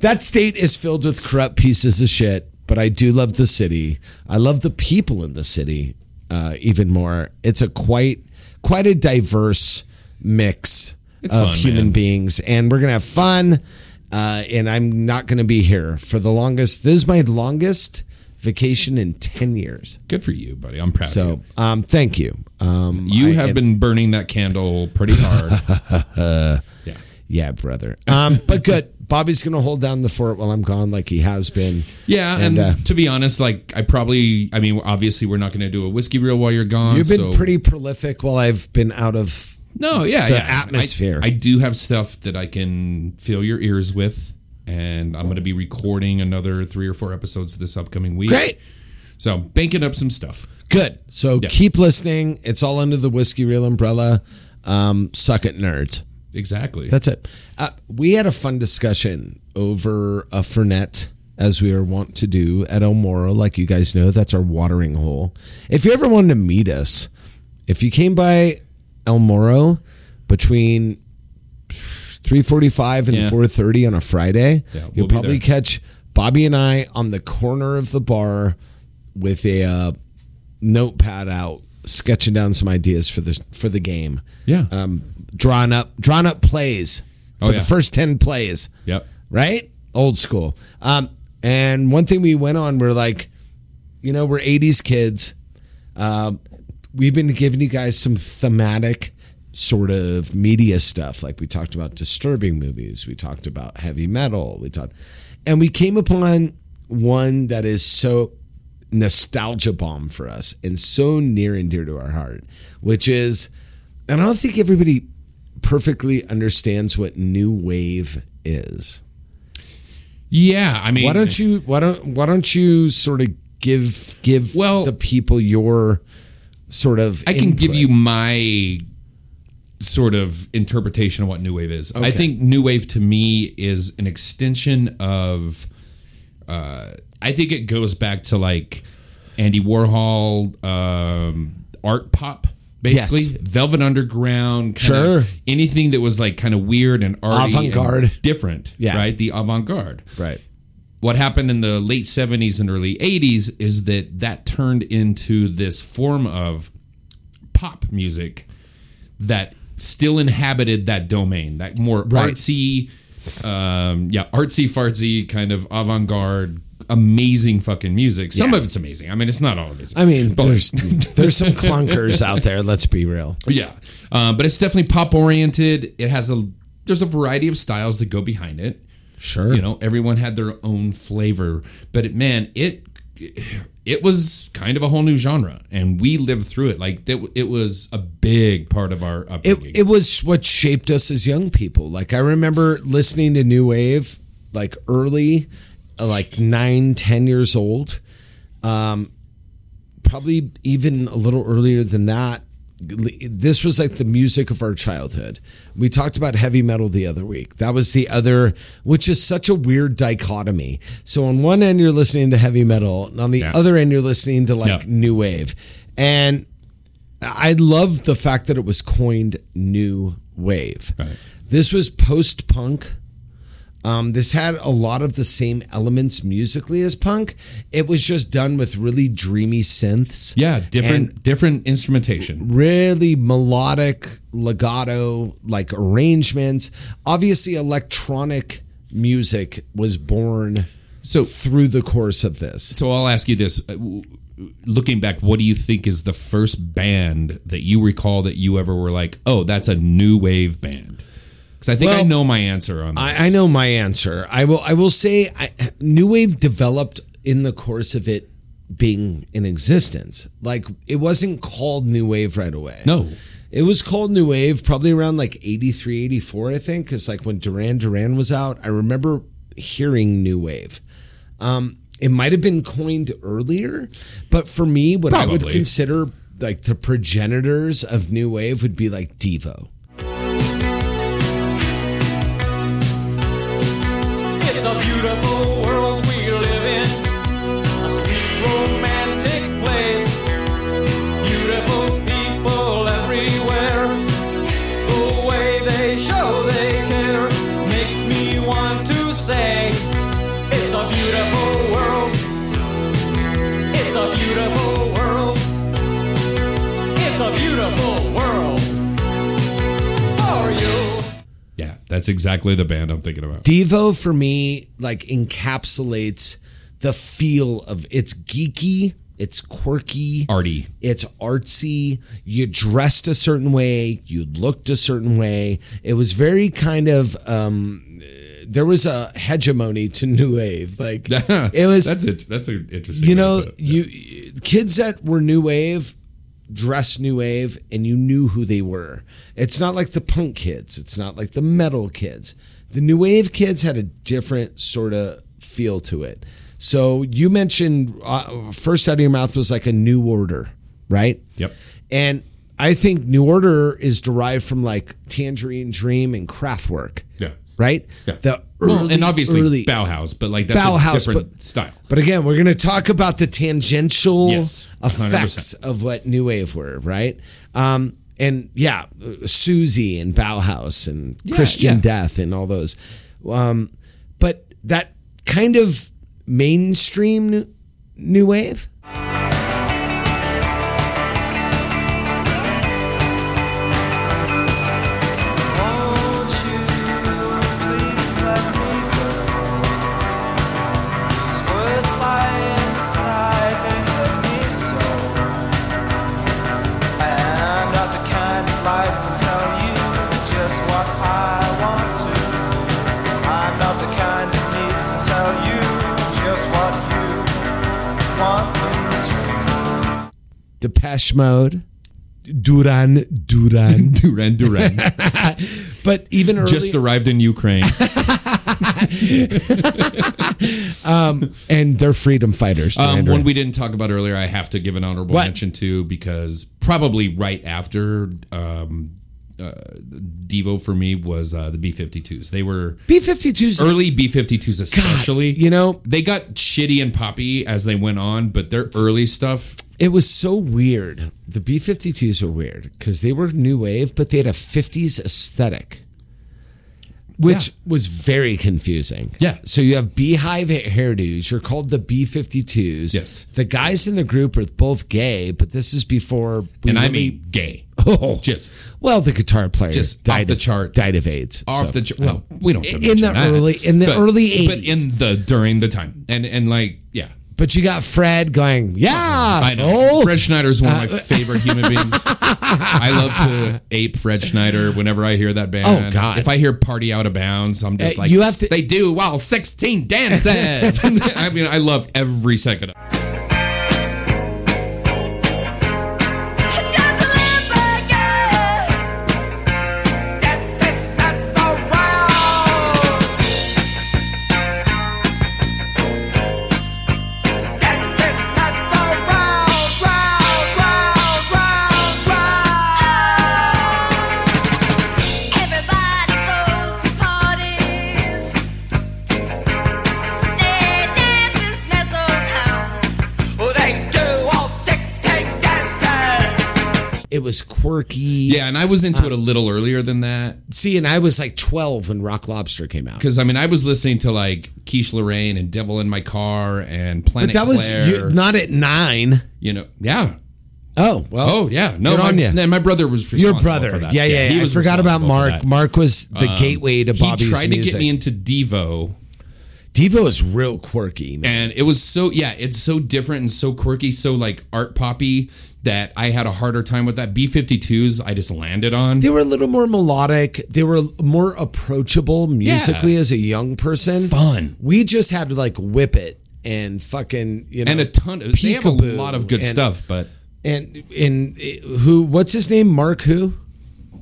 Speaker 3: that state is filled with corrupt pieces of shit, but I do love the city. I love the people in the city uh, even more. It's a quite quite a diverse mix of
Speaker 2: fun,
Speaker 3: human
Speaker 2: man.
Speaker 3: beings, and we're gonna have fun. Uh, and I'm not gonna be here for the longest. This is my longest vacation in ten years.
Speaker 2: Good for you, buddy. I'm proud. of
Speaker 3: So, um, thank you. Um,
Speaker 2: you. You
Speaker 3: I-
Speaker 2: have been burning that candle pretty hard.
Speaker 3: Yeah, brother. Um, but good. Bobby's gonna hold down the fort while I'm gone, like he has been.
Speaker 2: Yeah, and,
Speaker 3: And, uh,
Speaker 2: to be honest, like I probably, I mean, obviously we're not going to do a whiskey reel while you're gone.
Speaker 3: You've been
Speaker 2: so-
Speaker 3: pretty prolific while I've been out of.
Speaker 2: No, yeah,
Speaker 3: the
Speaker 2: yeah. I-
Speaker 3: atmosphere.
Speaker 2: I, do have stuff that I can fill your ears with, and I'm going to be recording another three or four episodes this upcoming week.
Speaker 3: Great.
Speaker 2: So banking up some stuff.
Speaker 3: Good. So
Speaker 2: Yeah.
Speaker 3: keep listening. It's all under the whiskey reel umbrella. Um, suck it, nerds.
Speaker 2: Exactly.
Speaker 3: That's it. Uh, we had a fun discussion over a Fernet, as we are wont to do at El Moro. Like you guys know, that's our watering hole. If you ever wanted to meet us, if you came by El Moro between 3.45 and
Speaker 2: Yeah.
Speaker 3: 4.30 on a Friday,
Speaker 2: Yeah, we'll
Speaker 3: you'll
Speaker 2: be
Speaker 3: probably
Speaker 2: there.
Speaker 3: catch Bobby and I on the corner of the bar with a uh, notepad out, sketching down some ideas for the, for the game
Speaker 2: yeah.
Speaker 3: um, drawn up drawn up plays for
Speaker 2: Oh, yeah.
Speaker 3: the first ten plays.
Speaker 2: yep.
Speaker 3: Right, old school. Um, and one thing we went on, we're like, you know, we're '80s kids. Um, we've been giving you guys some thematic sort of media stuff, like we talked about disturbing movies, we talked about heavy metal, we talked, and we came upon one that is so nostalgia bomb for us and so near and dear to our heart, which is, and I don't think everybody perfectly understands what new wave is.
Speaker 2: Yeah. I mean,
Speaker 3: Why don't you why don't why don't you sort of give give
Speaker 2: Well-
Speaker 3: the people your sort of
Speaker 2: I can give
Speaker 3: input?
Speaker 2: you my sort of interpretation of what new wave is. I think new wave to me is an extension of. Uh, I think it goes back to like Andy Warhol um, art pop. basically
Speaker 3: Yes.
Speaker 2: Velvet Underground, kind
Speaker 3: Sure.
Speaker 2: of anything that was like kind of weird and arty, and
Speaker 3: Avant-garde.
Speaker 2: different,
Speaker 3: Yeah.
Speaker 2: right? The avant garde,
Speaker 3: Right.
Speaker 2: what happened in the late 70s and early 80s is that that turned into this form of pop music that still inhabited that domain that more
Speaker 3: Right.
Speaker 2: artsy um yeah artsy fartsy kind of avant-garde amazing fucking music some of it's amazing i mean it's not all amazing
Speaker 3: I mean,
Speaker 2: But-
Speaker 3: there's there's some clunkers out there. Let's be real.
Speaker 2: yeah, um, but it's definitely pop oriented. It has a there's a variety of styles that go behind it.
Speaker 3: Sure.
Speaker 2: you know everyone had their own flavor, but it, man, it it was kind of a whole new genre, and we lived through it. Like it, it was a big part of our upbringing.
Speaker 3: it, it was what shaped us as young people. Like I remember listening to new wave like early, uh, like nine, ten years old. Um, probably even a little earlier than that. This was like the music of our childhood. We talked about heavy metal the other week. That was the other, which is such a weird dichotomy. So on one end you're listening to heavy metal, and on the
Speaker 2: Yeah.
Speaker 3: other end you're listening to like
Speaker 2: Yeah.
Speaker 3: new wave, and I love the fact that it was coined new wave.
Speaker 2: Right.
Speaker 3: This was post punk. Um, this had a lot of the same elements musically as punk. It was just done with really dreamy synths.
Speaker 2: yeah, different
Speaker 3: and
Speaker 2: different instrumentation.
Speaker 3: really melodic legato like arrangements. Obviously, electronic music was born
Speaker 2: So
Speaker 3: through the course of this.
Speaker 2: so I'll ask you this. Uh, w- Looking back, what do you think is the first band that you recall that you ever were like, "Oh, that's a new wave band"? Because I think I
Speaker 3: Well,
Speaker 2: know my answer on this.
Speaker 3: I, I know my answer. I will. I will say, I, new wave developed in the course of it being in existence. Like it wasn't called new wave right away.
Speaker 2: No.
Speaker 3: It was called New Wave probably around like 83, 84, I think, because like when Duran Duran was out, I remember hearing New Wave. Um, it might have been coined earlier, but for me, what I would
Speaker 2: Probably.
Speaker 3: consider like the progenitors of New Wave would be like Devo.
Speaker 4: It's a beautiful world we live in. A sweet romantic place. Beautiful people everywhere. The way they show they care makes me want to say, It's a beautiful world. It's a beautiful world. It's a beautiful world. For you.
Speaker 2: Yeah, that's exactly the band I'm thinking about.
Speaker 3: Devo for me like encapsulates the feel of it's geeky, it's quirky,
Speaker 2: Artie.
Speaker 3: it's artsy. You dressed a certain way, you looked a certain way. It was very kind of um there was a hegemony to new wave. Like it was
Speaker 2: that's it. That's an interesting.
Speaker 3: you
Speaker 2: way to
Speaker 3: know,
Speaker 2: put it.
Speaker 3: you kids that were new wave dressed new wave and you knew who they were. It's not like the punk kids, it's not like the metal kids. The new wave kids had a different sort of feel to it. So you mentioned uh, first out of your mouth was like a new order, right?
Speaker 2: Yep.
Speaker 3: And I think new order is derived from like Tangerine Dream and Kraftwerk.
Speaker 2: Yeah.
Speaker 3: Right?
Speaker 2: Yeah.
Speaker 3: The early,
Speaker 2: Well, and obviously
Speaker 3: early,
Speaker 2: Bauhaus, but like that's
Speaker 3: Bauhaus,
Speaker 2: a different
Speaker 3: but-
Speaker 2: style.
Speaker 3: but again, we're going to talk about the tangential
Speaker 2: Yes, 100%.
Speaker 3: effects of what new wave were, right? Um, and yeah, Susie and Bauhaus and Christian
Speaker 2: yeah.
Speaker 3: Death and all those. Um, but that kind of mainstream new, new wave. Depeche Mode, Duran Duran.
Speaker 2: Duran Duran
Speaker 3: but even earlier,
Speaker 2: just arrived in Ukraine.
Speaker 3: and they're freedom fighters.
Speaker 2: Um,
Speaker 3: Duran
Speaker 2: one
Speaker 3: Duran.
Speaker 2: we didn't talk about earlier, I have to give an honorable
Speaker 3: What?
Speaker 2: mention to because probably right after um, uh, Devo for me was uh, the B 52s. They were
Speaker 3: B 52s.
Speaker 2: early B 52s, especially.
Speaker 3: You know,
Speaker 2: they got shitty and poppy as they went on, but their early stuff,
Speaker 3: it was so weird. The B 52s were weird because they were new wave, but they had a 50s aesthetic, which
Speaker 2: Yeah.
Speaker 3: was very confusing.
Speaker 2: Yeah.
Speaker 3: So you have beehive hairdos. You're called the B 52s.
Speaker 2: Yes.
Speaker 3: The guys in the group are both gay, but this is before. we
Speaker 2: and I
Speaker 3: really-
Speaker 2: mean gay,
Speaker 3: oh.
Speaker 2: just
Speaker 3: Well, the guitar player
Speaker 2: Just off
Speaker 3: died
Speaker 2: the
Speaker 3: of,
Speaker 2: chart.
Speaker 3: died of AIDS.
Speaker 2: off
Speaker 3: so,
Speaker 2: the. ch- Well, we don't have to
Speaker 3: In the
Speaker 2: mention that.
Speaker 3: early- in the
Speaker 2: But-
Speaker 3: early
Speaker 2: but
Speaker 3: 80s.
Speaker 2: in the during the time, and and like yeah,
Speaker 3: But you got Fred going, yeah,
Speaker 2: I know.
Speaker 3: fool."
Speaker 2: Fred Schneider is one of
Speaker 3: Uh,
Speaker 2: my favorite human beings. I love to ape Fred Schneider whenever I hear that band.
Speaker 3: Oh, God.
Speaker 2: If I hear "Party Out of Bounds," I'm just
Speaker 3: Uh,
Speaker 2: like,
Speaker 3: you have to-
Speaker 2: They do wow, sixteen dances. I mean, I love every second. of it.
Speaker 3: It was quirky. Uh,
Speaker 2: Yeah, and I was into it a little earlier than that
Speaker 3: See, and I was like 12 when Rock Lobster came out.
Speaker 2: because I mean, I was listening to like Quiche Lorraine and "Devil in My Car" and Planet
Speaker 3: But that was
Speaker 2: Claire.
Speaker 3: you, not at nine.
Speaker 2: you know, yeah.
Speaker 3: Oh, well.
Speaker 2: Oh yeah, no,
Speaker 3: Good
Speaker 2: my,
Speaker 3: on ya.
Speaker 2: no, my brother was
Speaker 3: Your
Speaker 2: responsible
Speaker 3: brother.
Speaker 2: For that.
Speaker 3: Yeah, yeah, yeah. I forgot about
Speaker 2: responsible for
Speaker 3: Mark.
Speaker 2: that. Um,
Speaker 3: Mark was the gateway to Bobby's
Speaker 2: he tried
Speaker 3: music.
Speaker 2: to get me into Devo,
Speaker 3: Devo is real quirky, man.
Speaker 2: and it was so yeah, it's so different and so quirky, so like art poppy that I had a harder time with that. B 52s I just landed on.
Speaker 3: They were a little more melodic. They were more approachable musically as a young person.
Speaker 2: Fun.
Speaker 3: We just had to like whip it and fucking you know
Speaker 2: and a ton of they have a
Speaker 3: peekaboo
Speaker 2: lot of good
Speaker 3: and-
Speaker 2: stuff, but
Speaker 3: And and uh, who? What's his name? Mark who?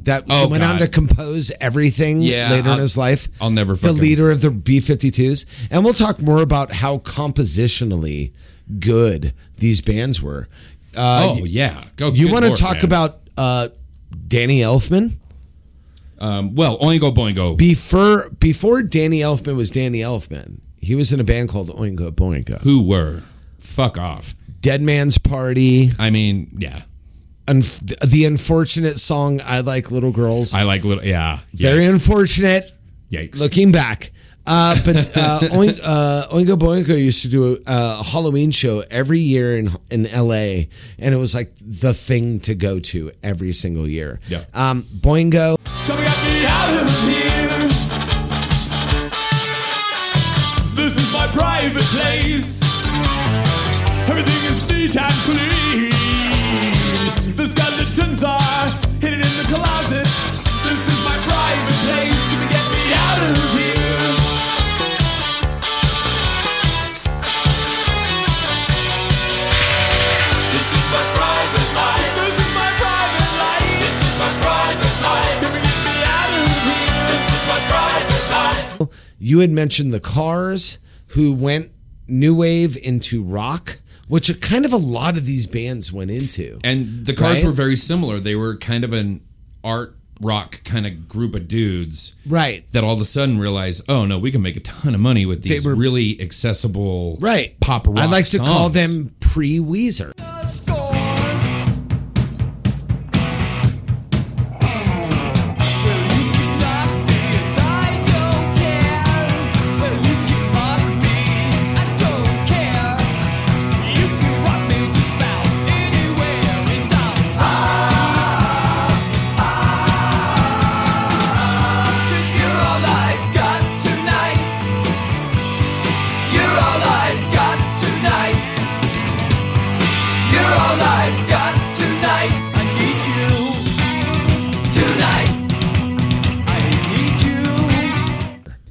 Speaker 3: That
Speaker 2: Oh,
Speaker 3: went
Speaker 2: God.
Speaker 3: on to compose everything
Speaker 2: Yeah,
Speaker 3: later in
Speaker 2: I'll-
Speaker 3: his life.
Speaker 2: I'll never
Speaker 3: the
Speaker 2: fucking-
Speaker 3: leader of the B 52s. And we'll talk more about how compositionally good these bands were. Uh,
Speaker 2: oh yeah, go.
Speaker 3: you
Speaker 2: good
Speaker 3: want to
Speaker 2: lord,
Speaker 3: talk
Speaker 2: man.
Speaker 3: about uh, Danny Elfman?
Speaker 2: um, well, Oingo Boingo.
Speaker 3: Before, before Danny Elfman was Danny Elfman, he was in a band called Oingo Boingo.
Speaker 2: who were fuck off.
Speaker 3: Dead Man's Party,
Speaker 2: I mean, yeah,
Speaker 3: unf- the unfortunate song I Like Little Girls.
Speaker 2: I like little yeah.
Speaker 3: Very
Speaker 2: yikes.
Speaker 3: unfortunate.
Speaker 2: Yikes.
Speaker 3: looking back. Uh, but uh, Oink, uh, Oingo Boingo used to do a, a Halloween show every year in in L.A. and it was like the thing to go to every single year.
Speaker 2: Yeah.
Speaker 3: Um, Boingo,
Speaker 4: Come get me out of here. This is my private place. Everything is neat and clean. The skeletons are hidden in the closet. This is my private place. Come and get me out of here. This is my private life. This is my private life. This is my private life. Come and get me out of here. This is my private life.
Speaker 3: you had mentioned the Cars, who went new wave into rock, which are kind of a lot of these bands went into.
Speaker 2: And the cars
Speaker 3: Right?
Speaker 2: were very similar. They were kind of an art rock kind of group of dudes
Speaker 3: right.
Speaker 2: that all of a sudden realized, oh no, we can make a ton of money with these
Speaker 3: were-
Speaker 2: really accessible
Speaker 3: Right.
Speaker 2: pop rock.
Speaker 3: I like to call
Speaker 2: songs.
Speaker 3: them pre Weezer.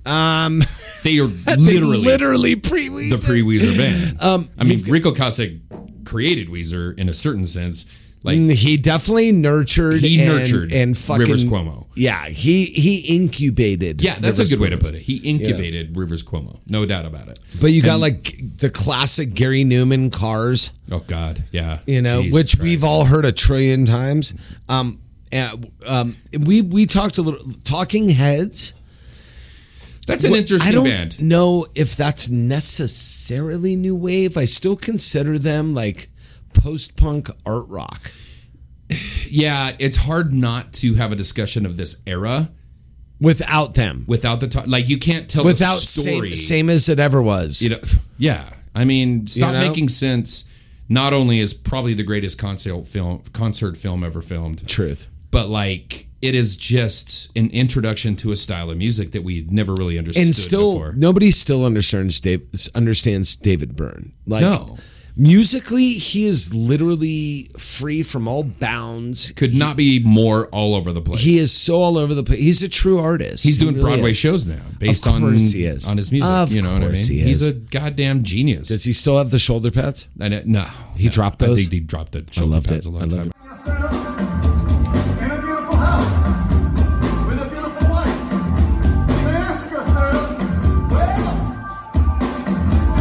Speaker 3: Um,
Speaker 2: They are literally,
Speaker 3: literally Um, pre
Speaker 2: the
Speaker 3: Weezer.
Speaker 2: pre Weezer band. I mean, Rico Cossack created Weezer in a certain sense. Like
Speaker 3: Mm, He definitely nurtured.
Speaker 2: He
Speaker 3: and-
Speaker 2: nurtured
Speaker 3: and fucking
Speaker 2: Rivers Cuomo.
Speaker 3: Yeah, he he incubated.
Speaker 2: yeah, that's
Speaker 3: Rivers
Speaker 2: a good way to
Speaker 3: Cuomo.
Speaker 2: put it. He incubated Rivers Cuomo, no doubt about it.
Speaker 3: But you got like the classic Gary Newman cars,
Speaker 2: Oh God, yeah,
Speaker 3: you know,
Speaker 2: Jesus
Speaker 3: which
Speaker 2: Christ.
Speaker 3: we've all heard a trillion times. Um, And, um, we we talked a little Talking Heads.
Speaker 2: That's an
Speaker 3: Well, I
Speaker 2: interesting
Speaker 3: don't
Speaker 2: band.
Speaker 3: know if that's necessarily new wave. I still consider them like post punk art rock.
Speaker 2: Yeah, it's hard not to have a discussion of this era
Speaker 3: Without them,
Speaker 2: without the to- like you can't tell
Speaker 3: without
Speaker 2: the story.
Speaker 3: same, same as it ever was.
Speaker 2: You know, yeah. I mean, stop
Speaker 3: You know?
Speaker 2: making sense. Not only is probably the greatest concert film concert film ever filmed,
Speaker 3: Truth.
Speaker 2: but like it is just an introduction to a style of music that we never really understood
Speaker 3: and still
Speaker 2: before.
Speaker 3: nobody still understands Dave, understands David Byrne. Like
Speaker 2: No.
Speaker 3: musically, he is literally free from all bounds.
Speaker 2: Could not be more all over the place.
Speaker 3: He is so all over the place. He's a true artist.
Speaker 2: He's
Speaker 3: He
Speaker 2: doing
Speaker 3: really
Speaker 2: Broadway
Speaker 3: is.
Speaker 2: shows now, based
Speaker 3: Of
Speaker 2: on
Speaker 3: course he is.
Speaker 2: on his music.
Speaker 3: Of
Speaker 2: you know what I mean?
Speaker 3: course he
Speaker 2: He's
Speaker 3: is.
Speaker 2: a goddamn genius.
Speaker 3: Does he still have the shoulder pads?
Speaker 2: I know- no, he
Speaker 3: dropped
Speaker 2: I
Speaker 3: those?
Speaker 2: think he dropped the shoulder
Speaker 3: loved
Speaker 2: pads
Speaker 3: it.
Speaker 2: a long
Speaker 3: I
Speaker 2: time.
Speaker 3: loved
Speaker 5: in a beautiful house with a beautiful wife. You may ask yourself, well,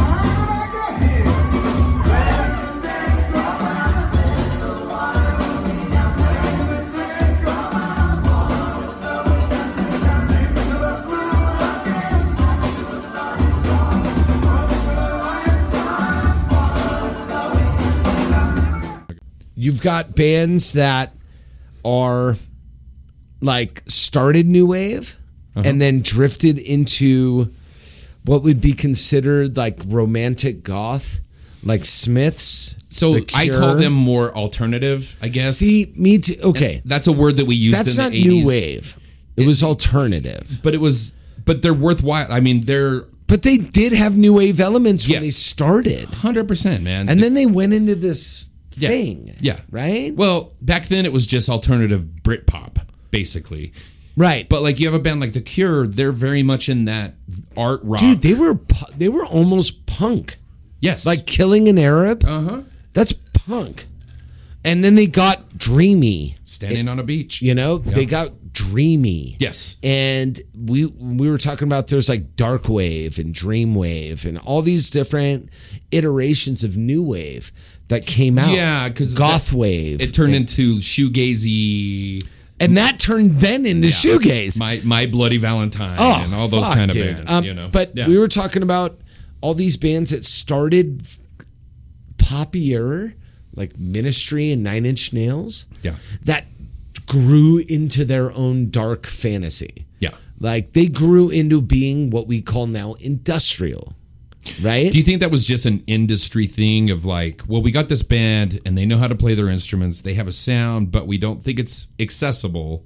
Speaker 5: how did I get here? Back in the days gone by. Back in the days gone by. Into the groove again. Once in a lifetime.
Speaker 3: You've got bands that are like started new wave
Speaker 2: Uh-huh.
Speaker 3: and then drifted into what would be considered like romantic goth, like Smiths.
Speaker 2: So
Speaker 3: The
Speaker 2: I call
Speaker 3: Cure.
Speaker 2: them more alternative, I guess.
Speaker 3: See, me too. Okay,
Speaker 2: that's a word that we used
Speaker 3: that's
Speaker 2: in
Speaker 3: not
Speaker 2: the 80s.
Speaker 3: new wave. It, was alternative,
Speaker 2: But it was but they're worthwhile. I mean, they're
Speaker 3: but they did have new wave elements when
Speaker 2: Yes.
Speaker 3: they started,
Speaker 2: 100%, man.
Speaker 3: and then they went into this thing.
Speaker 2: Yeah.
Speaker 3: right.
Speaker 2: Well, back then it was just alternative Britpop, basically.
Speaker 3: right. But
Speaker 2: But like you have a band like The Cure, they're very much in that art rock.
Speaker 3: dude, they were pu- they were almost punk,
Speaker 2: yes,
Speaker 3: like killing an Arab. Uh
Speaker 2: Uh-huh.
Speaker 3: huh. That's punk. And then they got dreamy.
Speaker 2: standing on a beach.
Speaker 3: You know, they got dreamy.
Speaker 2: Yes.
Speaker 3: And we we were talking about there's like dark wave and dream wave and all these different iterations of new wave that came out.
Speaker 2: Yeah, because
Speaker 3: goth wave.
Speaker 2: It turned into shoegazy,
Speaker 3: and that turned then into shoegaze.
Speaker 2: my my bloody Valentine,
Speaker 3: oh,
Speaker 2: and all those
Speaker 3: fuck,
Speaker 2: kind of
Speaker 3: dude.
Speaker 2: bands.
Speaker 3: Um,
Speaker 2: you know,
Speaker 3: But
Speaker 2: Yeah.
Speaker 3: we were talking about all these bands that started poppier, like Ministry and Nine Inch Nails.
Speaker 2: Yeah.
Speaker 3: That grew into their own dark fantasy.
Speaker 2: yeah.
Speaker 3: Like they grew into being what we call now industrial, right?
Speaker 2: Do you think that was just an industry thing of like, well, we got this band and they know how to play their instruments, they have a sound, but we don't think it's accessible.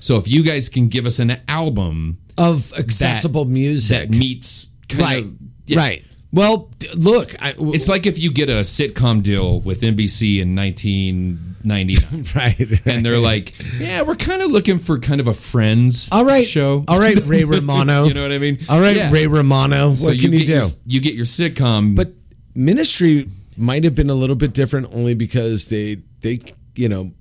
Speaker 2: So if you guys can give us an album
Speaker 3: of accessible music,
Speaker 2: that meets kind
Speaker 3: right?
Speaker 2: of yeah.
Speaker 3: Right. Well, d- look, I, w-
Speaker 2: It's like if you get a sitcom deal with NBC in 1999
Speaker 3: right.
Speaker 2: and they're like, "Yeah, we're kind of looking for kind of a friends
Speaker 3: all right,
Speaker 2: show."
Speaker 3: All right, Ray Romano.
Speaker 2: You know what I mean?
Speaker 3: All right,
Speaker 2: Yeah.
Speaker 3: Ray Romano. What
Speaker 2: So
Speaker 3: can you,
Speaker 2: get
Speaker 3: do?
Speaker 2: Your, you get your sitcom,
Speaker 3: but Ministry might have been a little bit different, only because they they you know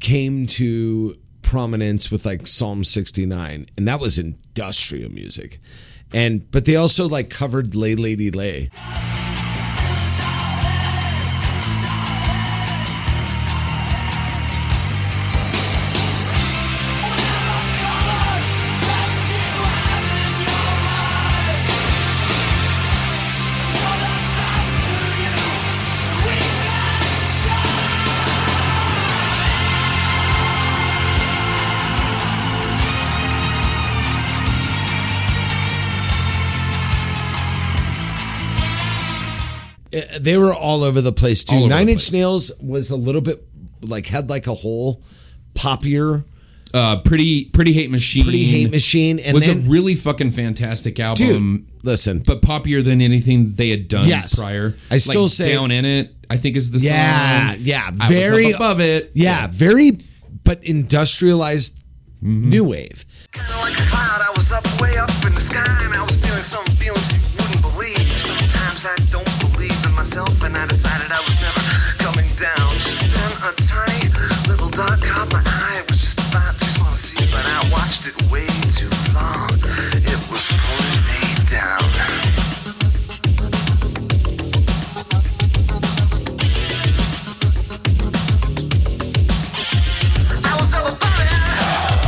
Speaker 3: came to prominence with like Psalm sixty nine, and that was industrial music, and but they also like covered Lay Lady Lay. Uh, they were all over the place too.
Speaker 2: All over the
Speaker 3: Nine Inch
Speaker 2: place.
Speaker 3: Nails was a little bit like had like a whole poppier
Speaker 2: uh, pretty pretty hate machine,
Speaker 3: pretty hate machine, and
Speaker 2: was
Speaker 3: then
Speaker 2: a really fucking fantastic
Speaker 3: dude,
Speaker 2: album,
Speaker 3: listen,
Speaker 2: but poppier than anything they had done
Speaker 3: Yes.
Speaker 2: prior.
Speaker 3: I still
Speaker 2: Like,
Speaker 3: say-
Speaker 2: down in it. I think is the
Speaker 3: Yeah,
Speaker 2: song.
Speaker 3: yeah,
Speaker 2: I was up
Speaker 3: very-
Speaker 2: above it.
Speaker 3: yeah, very but industrialized new wave.
Speaker 5: Kinda like a cloud, I was up way up in the sky, and I was feeling some feelings you wouldn't believe. Sometimes I don't believe in myself, and I decided I was never coming down. Just then, a tiny little dot caught my eye. It was just about too small to see, but I watched it way too long. It was pulling me down. I was up above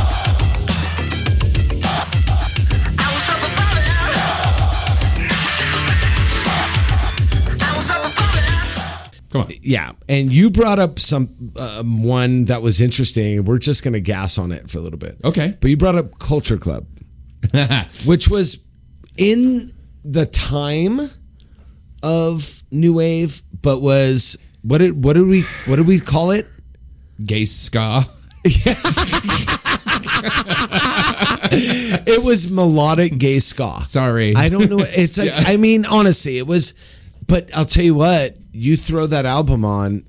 Speaker 3: yeah, and you brought up some um, one that was interesting. We're just going to gas on it for a little bit.
Speaker 2: Okay.
Speaker 3: But you brought up Culture Club, which was in the time of new wave, but was what did what did we what did we call it?
Speaker 2: Gay ska.
Speaker 3: It was melodic gay ska.
Speaker 2: Sorry.
Speaker 3: I don't know. It's like I mean, honestly, it was. But I'll tell you what, you throw that album on,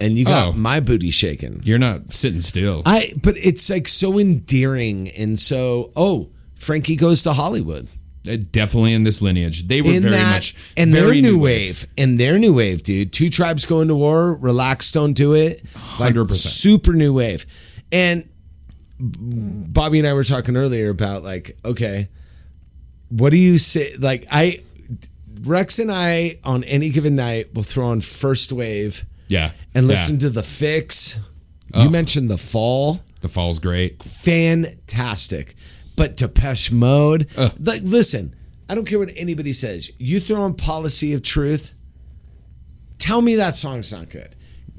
Speaker 3: and you got
Speaker 2: Oh.
Speaker 3: my booty shaken.
Speaker 2: You're not sitting still.
Speaker 3: I but it's like so endearing and so oh Frankie goes to Hollywood
Speaker 2: Uh, Definitely in this lineage. They were
Speaker 3: in
Speaker 2: very
Speaker 3: that
Speaker 2: much
Speaker 3: and
Speaker 2: very
Speaker 3: their new wave. and their new wave dude two tribes going to war relax don't do it like
Speaker 2: 100%.
Speaker 3: super new wave and Bobby and I were talking earlier about like okay what do you say like I Rex and I on any given night will throw on first wave
Speaker 2: Yeah.
Speaker 3: and
Speaker 2: Yeah.
Speaker 3: listen to the fix you mentioned the fall
Speaker 2: The fall's great.
Speaker 3: fantastic. But Depeche Mode, like, listen, I don't care what anybody says. You throw on Policy of Truth, tell me that song's not good.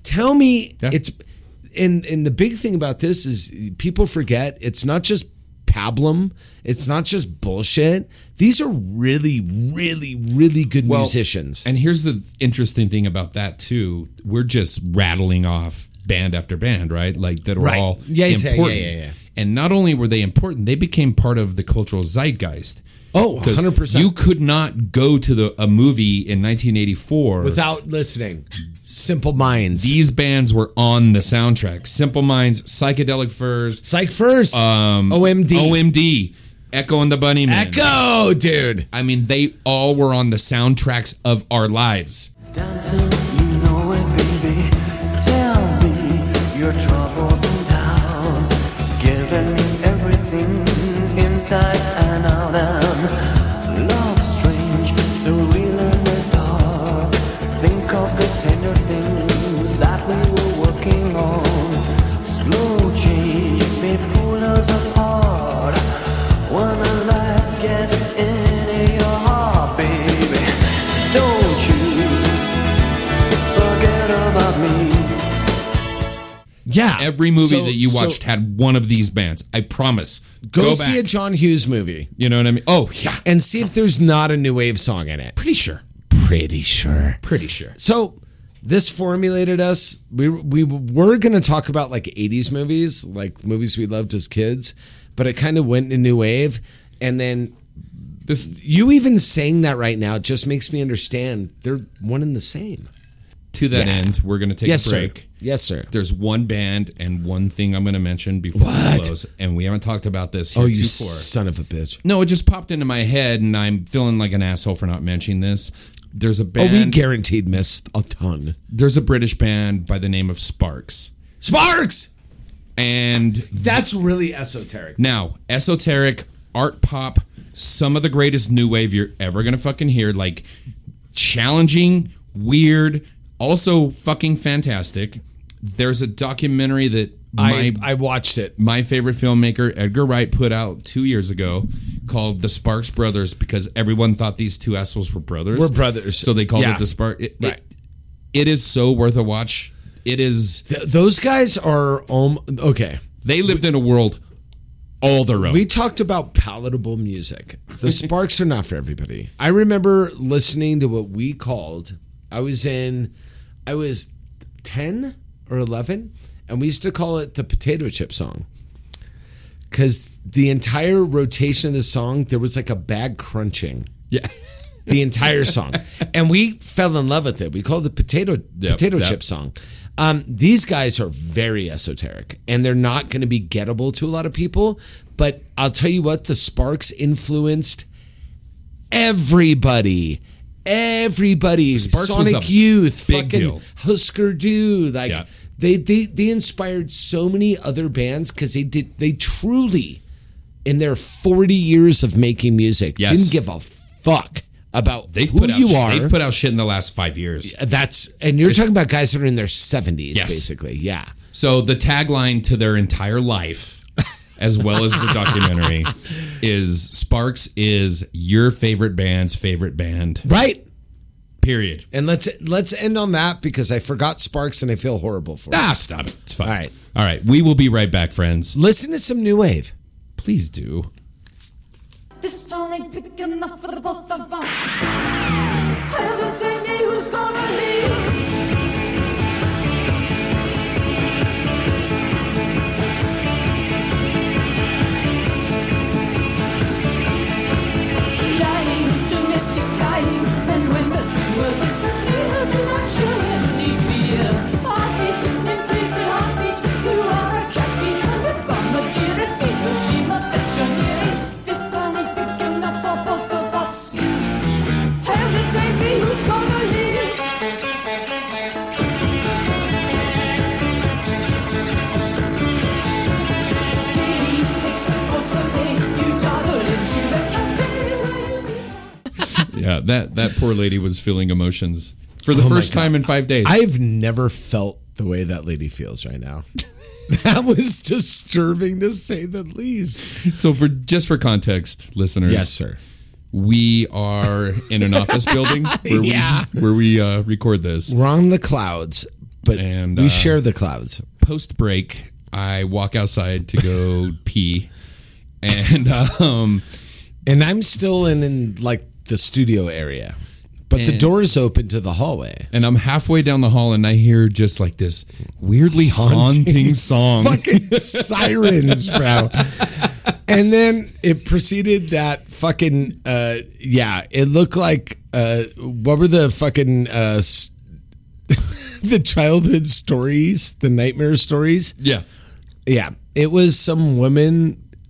Speaker 3: Tell me
Speaker 2: Yeah.
Speaker 3: it's. And and the big thing about this is people forget it's not just pablum, it's not just bullshit. These are really, really, really good
Speaker 2: Well,
Speaker 3: musicians.
Speaker 2: And here's the interesting thing about that too. We're just rattling off band after band, right? Like that are
Speaker 3: Right.
Speaker 2: all
Speaker 3: Yeah, yeah, yeah,
Speaker 2: important.
Speaker 3: yeah, yeah.
Speaker 2: And not only were they important, they became part of the cultural zeitgeist.
Speaker 3: Oh,
Speaker 2: 'Cause
Speaker 3: 100%.
Speaker 2: You could not go to the a movie in 1984
Speaker 3: Without listening, Simple Minds,
Speaker 2: these bands were on the soundtrack. Simple Minds, Psychedelic Furs,
Speaker 3: Psych First, um, OMD,
Speaker 2: OMD, Echo and the Bunnymen.
Speaker 3: Echo, dude.
Speaker 2: I mean, they all were on the soundtracks of our lives.
Speaker 4: Dancing, you know it, baby. Tell me your troubles and doubts. Giving me everything inside and out. And love strange, so real in the dark. Think of the tender things that we were working on. Slow change may pull us apart. When a light gets into your heart, baby, don't you? Forget about me.
Speaker 3: Yeah.
Speaker 2: Every movie
Speaker 3: So-
Speaker 2: that you
Speaker 3: so
Speaker 2: watched had one of these bands. I promise.
Speaker 3: go,
Speaker 2: Go,
Speaker 3: see
Speaker 2: back.
Speaker 3: a John Hughes movie
Speaker 2: you know what I mean? Oh yeah,
Speaker 3: and see if there's not a new wave song in it.
Speaker 2: pretty sure.
Speaker 3: Pretty sure.
Speaker 2: Pretty sure.
Speaker 3: So this formulated us. We we were going to talk about like 80s movies, like movies we loved as kids, but it kind of went in new wave and then this you even saying that right now just makes me understand they're one and the same.
Speaker 2: To that end, we're gonna take
Speaker 3: Yes,
Speaker 2: a break.
Speaker 3: sir. Yes, sir.
Speaker 2: There's one band and one thing I'm gonna mention before we
Speaker 3: What?
Speaker 2: close, and we haven't talked about this.
Speaker 3: Oh,
Speaker 2: Here
Speaker 3: you
Speaker 2: before.
Speaker 3: son of a bitch.
Speaker 2: No, it just popped into my head, and I'm feeling like an asshole for not mentioning this. There's a
Speaker 3: Oh,
Speaker 2: band.
Speaker 3: we guaranteed missed a ton.
Speaker 2: there's a British band by the name of Sparks,
Speaker 3: Sparks.
Speaker 2: and
Speaker 3: That's really esoteric.
Speaker 2: Now, esoteric, art pop, some of the greatest new wave you're ever gonna fucking hear. Like challenging, weird, also fucking fantastic. There's a documentary that my
Speaker 3: I I watched it.
Speaker 2: my favorite filmmaker Edgar Wright put out two years ago called The Sparks Brothers because everyone thought these two assholes were brothers.
Speaker 3: We're brothers.
Speaker 2: So they called
Speaker 3: Yeah.
Speaker 2: it the Spark. It,
Speaker 3: Right.
Speaker 2: it- it is so worth a watch. It is.
Speaker 3: Th- those guys are um, okay.
Speaker 2: They lived in a world all their own.
Speaker 3: We talked about palatable music. The Sparks are not for everybody. I remember listening to what we called. I was in, I was ten or eleven, and we used to call it the potato chip song. Because the entire rotation of the song, there was like a bag crunching.
Speaker 2: yeah.
Speaker 3: the entire song, and we fell in love with it. We called it the potato
Speaker 2: Yep,
Speaker 3: potato
Speaker 2: yep.
Speaker 3: chip song. Um, these guys are very esoteric, and they're not going to be gettable to a lot of people. But I'll tell you what, the Sparks influenced everybody. Everybody,
Speaker 2: Sparks was
Speaker 3: Sonic
Speaker 2: a
Speaker 3: Youth,
Speaker 2: big
Speaker 3: fucking
Speaker 2: deal.
Speaker 3: Husker Du, like
Speaker 2: Yeah.
Speaker 3: they, they they inspired so many other bands because they did they truly in their forty years of making music
Speaker 2: Yes.
Speaker 3: didn't give a fuck about
Speaker 2: They've
Speaker 3: who
Speaker 2: put out
Speaker 3: you
Speaker 2: sh-
Speaker 3: are.
Speaker 2: They've put out shit in the last five years.
Speaker 3: that's and you're talking about guys that are in their seventies,
Speaker 2: Yes.
Speaker 3: basically. Yeah,
Speaker 2: So the tagline to their entire life, as well as the documentary, is Sparks is your favorite band's favorite band.
Speaker 3: right.
Speaker 2: Period.
Speaker 3: And let's let's end on that because I forgot Sparks and I feel horrible for it.
Speaker 2: Ah, stop it. It's fine.
Speaker 3: All right.
Speaker 2: All right. We will be right back, friends.
Speaker 3: Listen to some new wave.
Speaker 2: Please do.
Speaker 6: This song ain't big enough for the both of us. Entertain me, who's gonna leave? Flying, domestic flying, and when this world is asleep, do not show any fear. Heartbeat, increase in heartbeat, you are a catbeat, hundred bombardier, it's Hiroshima that you're near. This time ain't big enough for both of us. Hell, it ain't me who's gonna leave. Deep, exit for some pain, you dawdle into the cafe where you meet.
Speaker 2: Yeah, that that poor lady was feeling emotions for the
Speaker 3: Oh my
Speaker 2: first
Speaker 3: God.
Speaker 2: time in five days.
Speaker 3: I've never felt the way that lady feels right now. that was disturbing to say the least.
Speaker 2: so for just for context, listeners,
Speaker 3: Yes, sir.
Speaker 2: we are in an office building where
Speaker 3: Yeah.
Speaker 2: we where we uh, record this.
Speaker 3: We're on the clouds, but
Speaker 2: And,
Speaker 3: we
Speaker 2: uh,
Speaker 3: share the clouds.
Speaker 2: Post break, I walk outside to go pee, and um,
Speaker 3: And I'm still in, in like the studio area. But the
Speaker 2: And-
Speaker 3: door is open to the hallway.
Speaker 2: and I'm halfway down the hall, and I hear just like this weirdly haunting, song.
Speaker 3: Fucking sirens, bro. And then it preceded that fucking uh yeah, it looked like uh what were the fucking uh s- the childhood stories, the nightmare stories?
Speaker 2: Yeah,
Speaker 3: Yeah, it was some women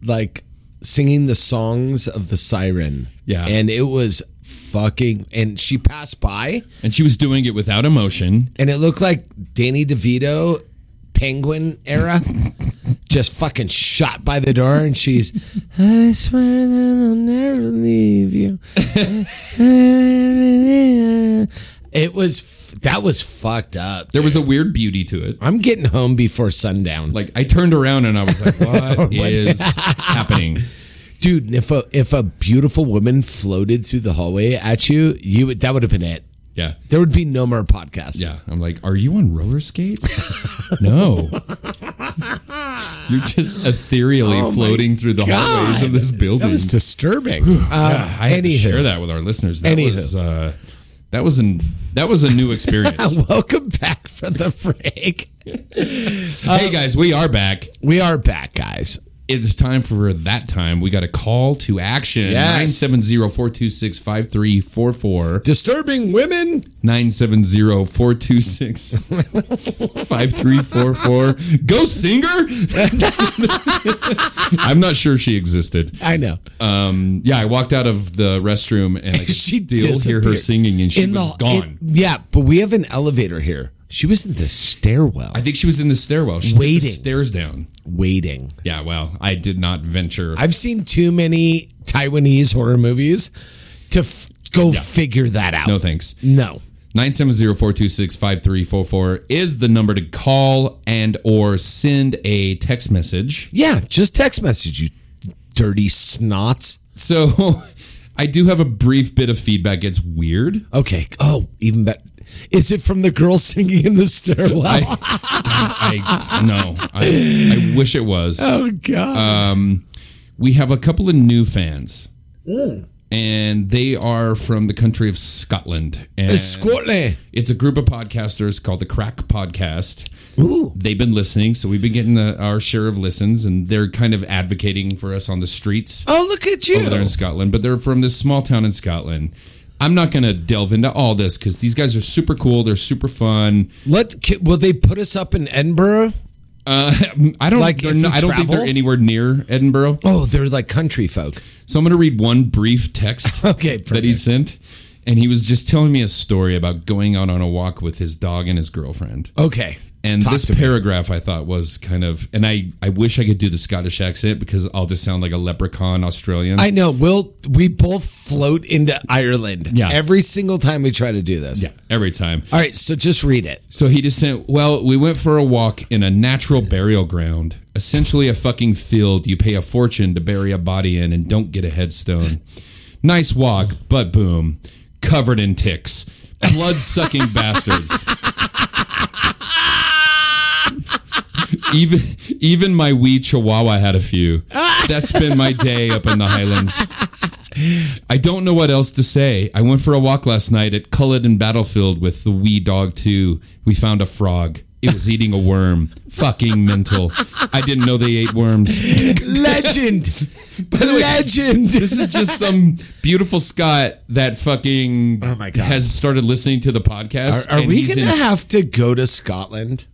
Speaker 3: like singing the songs of the siren.
Speaker 2: Yeah.
Speaker 3: and it was fucking. And she passed by,
Speaker 2: and she was doing it without emotion.
Speaker 3: and it looked like Danny DeVito, Penguin era, just fucking shot by the door, and she's, I swear that I'll never leave you. it was that was fucked up.
Speaker 2: There was a weird beauty to it.
Speaker 3: I'm getting home before sundown.
Speaker 2: Like I turned around and I was like,
Speaker 3: Oh
Speaker 2: "What is happening?"
Speaker 3: dude if a if a beautiful woman floated through the hallway at you you would that would have been it
Speaker 2: Yeah.
Speaker 3: there would be no more podcast
Speaker 2: Yeah. I'm like, are you on roller skates? no. You're just ethereally floating through the hallways of this building.
Speaker 3: Oh that was disturbing
Speaker 2: Yeah, I had to
Speaker 3: anywho.
Speaker 2: share that with our listeners. That
Speaker 3: Anywho.
Speaker 2: was uh, that was an that was a new experience.
Speaker 3: welcome back for the break Um,
Speaker 2: hey guys, we are back.
Speaker 3: we are back guys
Speaker 2: It is time for that time. We got a call to action.
Speaker 3: Yes.
Speaker 2: 970-426-5344.
Speaker 3: disturbing women
Speaker 2: 970-426-5344. Ghost singer? I'm not sure she existed.
Speaker 3: i know
Speaker 2: Um, yeah, I walked out of the restroom and I could
Speaker 3: she
Speaker 2: still hear her
Speaker 3: disappeared.
Speaker 2: singing and she
Speaker 3: In the-
Speaker 2: was gone.
Speaker 3: in- yeah but we have an elevator here she was in the stairwell
Speaker 2: I think she was in the stairwell. She took the
Speaker 3: Waiting.
Speaker 2: stairs down.
Speaker 3: waiting
Speaker 2: Yeah, well, I did not venture.
Speaker 3: i've seen too many taiwanese horror movies to f- go figure that out
Speaker 2: no thanks.
Speaker 3: no
Speaker 2: 970-426-5344 is the number to call and or send a text message.
Speaker 3: Yeah, just text message you dirty snots.
Speaker 2: So I do have a brief bit of feedback. It's weird.
Speaker 3: Okay. Oh, even better. Is it from the girl singing in the stairwell?
Speaker 2: I no. I, I wish it was. Um,
Speaker 3: oh
Speaker 2: Uh,
Speaker 3: God.
Speaker 2: We have a couple of new fans, and they are from the country of Scotland. And
Speaker 3: Scotland.
Speaker 2: It's a group of podcasters called the Crack Podcast.
Speaker 3: Ooh.
Speaker 2: They've been listening, so we've been getting the, our share of listens, and they're kind of advocating for us on the streets
Speaker 3: Oh, look at you.
Speaker 2: over there in Scotland. But they're from this small town in Scotland. I'm not going to delve into all this because these guys are super cool. They're super fun.
Speaker 3: Let ki- will they put us up in Edinburgh?
Speaker 2: Uh, I don't.
Speaker 3: Like,
Speaker 2: they're
Speaker 3: if you
Speaker 2: not- I don't think they're
Speaker 3: travel?
Speaker 2: anywhere near Edinburgh.
Speaker 3: Oh, they're like country folk.
Speaker 2: So I'm going to read one brief text
Speaker 3: Okay, perfect.
Speaker 2: that he sent. And he was just telling me a story about going out on a walk with his dog and his girlfriend.
Speaker 3: Okay.
Speaker 2: And
Speaker 3: Talk
Speaker 2: this
Speaker 3: to me.
Speaker 2: paragraph I thought was kind of, and I, I wish I could do the Scottish accent because I'll just sound like a leprechaun Australian.
Speaker 3: I know. We'll we both float into Ireland.
Speaker 2: Yeah.
Speaker 3: Every single time we try to do this.
Speaker 2: yeah, every time.
Speaker 3: All right. So just read it.
Speaker 2: So he just sent, well, we went for a walk in a natural burial ground, essentially a fucking field you pay a fortune to bury a body in and don't get a headstone. Nice walk, but boom, covered in ticks. blood sucking bastards. Even even my wee chihuahua had a few. That's been my day up in the highlands. I don't know what else to say. I went for a walk last night at Culloden Battlefield with the wee dog too. We found a frog. It was eating a worm. Fucking mental. I didn't know they ate worms.
Speaker 3: Legend.
Speaker 2: By the way,
Speaker 3: Legend.
Speaker 2: This is just some beautiful Scott that fucking
Speaker 3: Oh my God.
Speaker 2: has started listening to the podcast.
Speaker 3: Are, are
Speaker 2: and
Speaker 3: we
Speaker 2: he's
Speaker 3: gonna
Speaker 2: in-
Speaker 3: have to go to Scotland?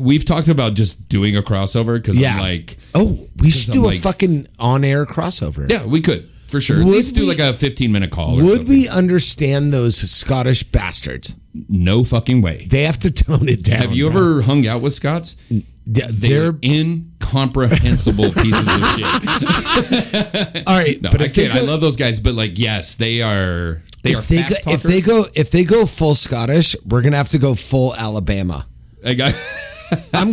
Speaker 2: We've talked about just doing a crossover because
Speaker 3: Yeah.
Speaker 2: I'm like,
Speaker 3: Oh, we should
Speaker 2: I'm
Speaker 3: do a
Speaker 2: like-
Speaker 3: fucking on-air crossover.
Speaker 2: yeah, we could for sure.
Speaker 3: Would
Speaker 2: Let's do
Speaker 3: we-
Speaker 2: like a 15 minute call. Or
Speaker 3: Would
Speaker 2: something.
Speaker 3: we understand those Scottish bastards?
Speaker 2: No fucking way.
Speaker 3: They have to tone it down.
Speaker 2: Have you
Speaker 3: bro.
Speaker 2: ever hung out with Scots?
Speaker 3: They-
Speaker 2: They're,
Speaker 3: They're
Speaker 2: incomprehensible pieces of shit.
Speaker 3: all right,
Speaker 2: No,
Speaker 3: but
Speaker 2: I
Speaker 3: if they
Speaker 2: can't. I
Speaker 3: go-
Speaker 2: love those guys, but like, yes, they are. They are
Speaker 3: if they,
Speaker 2: fast
Speaker 3: go, if
Speaker 2: talkers.
Speaker 3: they go if they go full Scottish, we're gonna have to go full Alabama.
Speaker 2: I got-
Speaker 3: I'm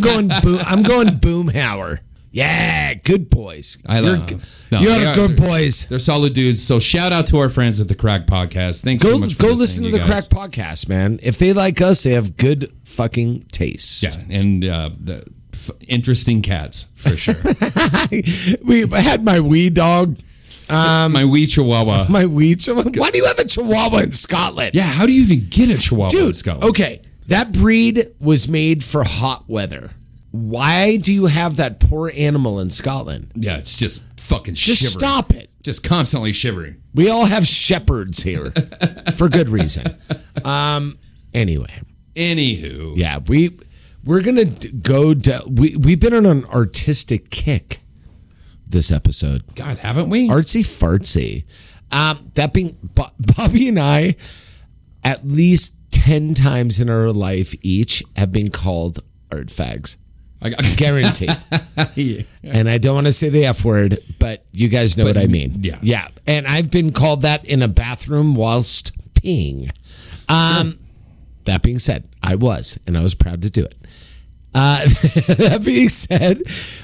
Speaker 3: going. Boom, I'm going Boomhauer. Yeah, good boys.
Speaker 2: I
Speaker 3: you're,
Speaker 2: love- no,
Speaker 3: you're
Speaker 2: they are-
Speaker 3: good boys.
Speaker 2: They're solid dudes. So shout out to our friends at the Crack Podcast. Thanks so
Speaker 3: Go
Speaker 2: much. For
Speaker 3: go listen
Speaker 2: listening,
Speaker 3: to the
Speaker 2: you guys.
Speaker 3: Crack Podcast, man. If they like us, they have good fucking taste.
Speaker 2: Yeah, and uh, the f- interesting cats for sure.
Speaker 3: we I had my wee dog,
Speaker 2: my wee chihuahua.
Speaker 3: my wee chihuahua. Why do you have a chihuahua in Scotland?
Speaker 2: yeah, how do you even get a chihuahua? in
Speaker 3: dude.
Speaker 2: Scotland?
Speaker 3: Okay, that breed was made for hot weather. Why do you have that poor animal in Scotland?
Speaker 2: Yeah, it's just fucking
Speaker 3: Just
Speaker 2: shivering.
Speaker 3: stop it.
Speaker 2: Just constantly shivering.
Speaker 3: We all have shepherds here for good reason. Um. Anyway.
Speaker 2: Anywho,
Speaker 3: Yeah, we we're gonna d- go. To, we we've been on an artistic kick this episode,
Speaker 2: God, haven't we?
Speaker 3: artsy fartsy. Um, that being, Bo- Bobby and I, at least ten times in our life each, have been called art fags,
Speaker 2: I got-
Speaker 3: guaranteed. And I don't want to say the f word, but you guys know what I mean.
Speaker 2: yeah.
Speaker 3: yeah. And I've been called that in a bathroom whilst peeing. Um, that being said, I was, and I was proud to do it. Uh, that being said,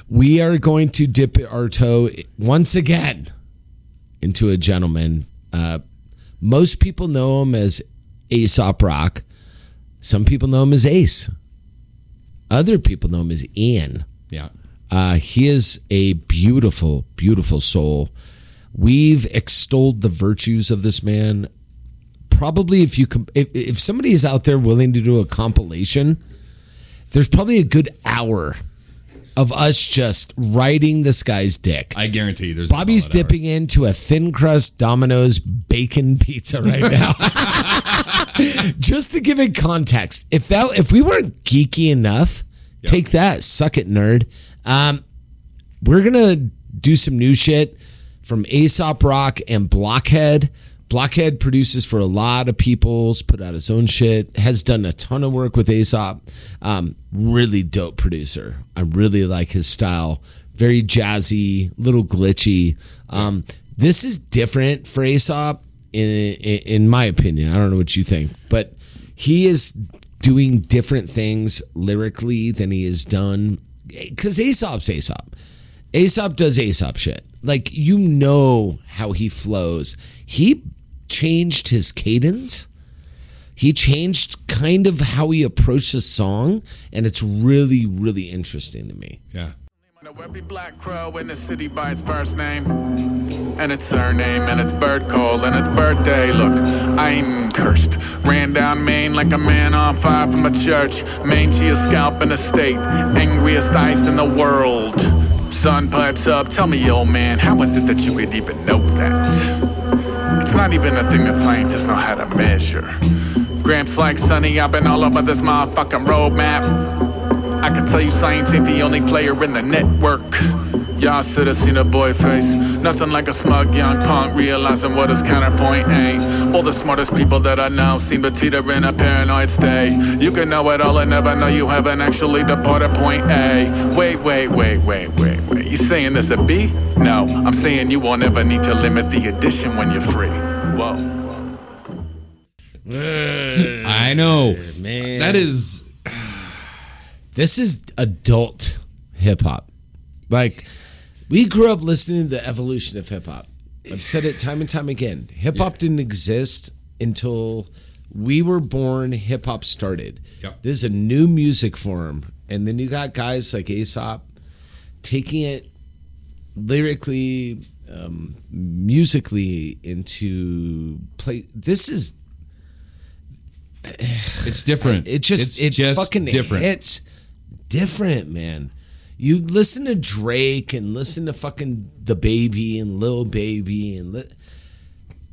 Speaker 3: we are going to dip our toe once again into a gentleman. Uh, most people know him as Aesop Rock. Some people know him as Ace. Other people know him as Ian.
Speaker 2: yeah.
Speaker 3: Uh, he is a beautiful, beautiful soul. We've extolled the virtues of this man. Probably, if you com- if, if somebody is out there willing to do a compilation, there's probably a good hour of us just riding this guy's dick.
Speaker 2: I guarantee there's a
Speaker 3: Bobby's
Speaker 2: solid hour.
Speaker 3: dipping into a thin crust Domino's bacon pizza right now. Just to give it context, if that if we weren't geeky enough, take that, suck it, nerd. Um, we're gonna do some new shit from Aesop Rock and Blockhead. Blockhead produces for a lot of people's, put out his own shit, has done a ton of work with Aesop. Um, really dope producer. I really like his style. Very jazzy, little glitchy. Um, this is different for Aesop, in, in, in my opinion. I don't know what you think, but he is doing different things lyrically than he has done because Aesop's Aesop. Aesop does Aesop shit. Like you know how he flows. He changed his cadence. He changed kind of how he approached the song, and it's really, really interesting to me.
Speaker 2: Yeah.
Speaker 7: Know every black crow in the city by its first name and its surname and its bird call and its birthday. Look, I'm cursed. Ran down Maine like a man on fire from a church. Mangiest scalp in the state, angriest ice in the world. Sun pipes up. Tell me, old man, how is it that you could even know that? It's not even a thing that scientists know how to measure. Gramps like Sonny, I've been all over this motherfucking roadmap. I can tell you science ain't the only player in the network. Y'all should have seen a boy face. Nothing like a smug young punk realizing what his counterpoint ain't. All the smartest people that I know seem to teeter in a paranoid state. You can know it all and never know you haven't actually departed point A. Wait, wait, wait, wait, wait, wait. You saying this a B? No, I'm saying you won't ever need to limit the addition when you're free. Whoa.
Speaker 2: I know.
Speaker 3: Man,
Speaker 2: That is
Speaker 3: this is adult hip hop. Like we grew up listening to the evolution of hip hop. I've said it time and time again. Hip hop didn't exist until we were born, hip hop started.
Speaker 2: Yep.
Speaker 3: This is a new music form. And then you got guys like Aesop taking it lyrically, um, musically into play. This is
Speaker 2: It's different.
Speaker 3: it just
Speaker 2: it's
Speaker 3: it
Speaker 2: just
Speaker 3: fucking
Speaker 2: different.
Speaker 3: hits different, man. You listen to Drake and listen to fucking the baby and Lil Baby and li-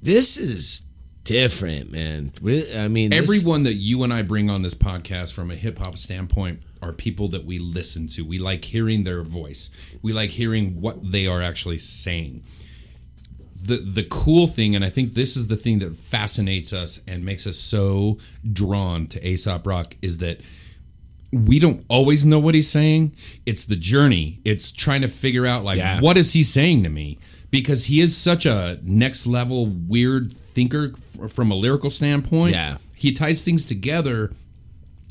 Speaker 3: this is different, man. Re- I mean, this-
Speaker 2: Everyone that you and I bring on this podcast from a hip hop standpoint are people that we listen to. We like hearing their voice. We like hearing what they are actually saying. The the cool thing, and I think this is the thing that fascinates us and makes us so drawn to Aesop Rock, is that we don't always know what he's saying. It's the journey. It's trying to figure out like
Speaker 3: Yeah.
Speaker 2: what is he saying to me because he is such a next level weird thinker f- from a lyrical standpoint.
Speaker 3: Yeah.
Speaker 2: He ties things together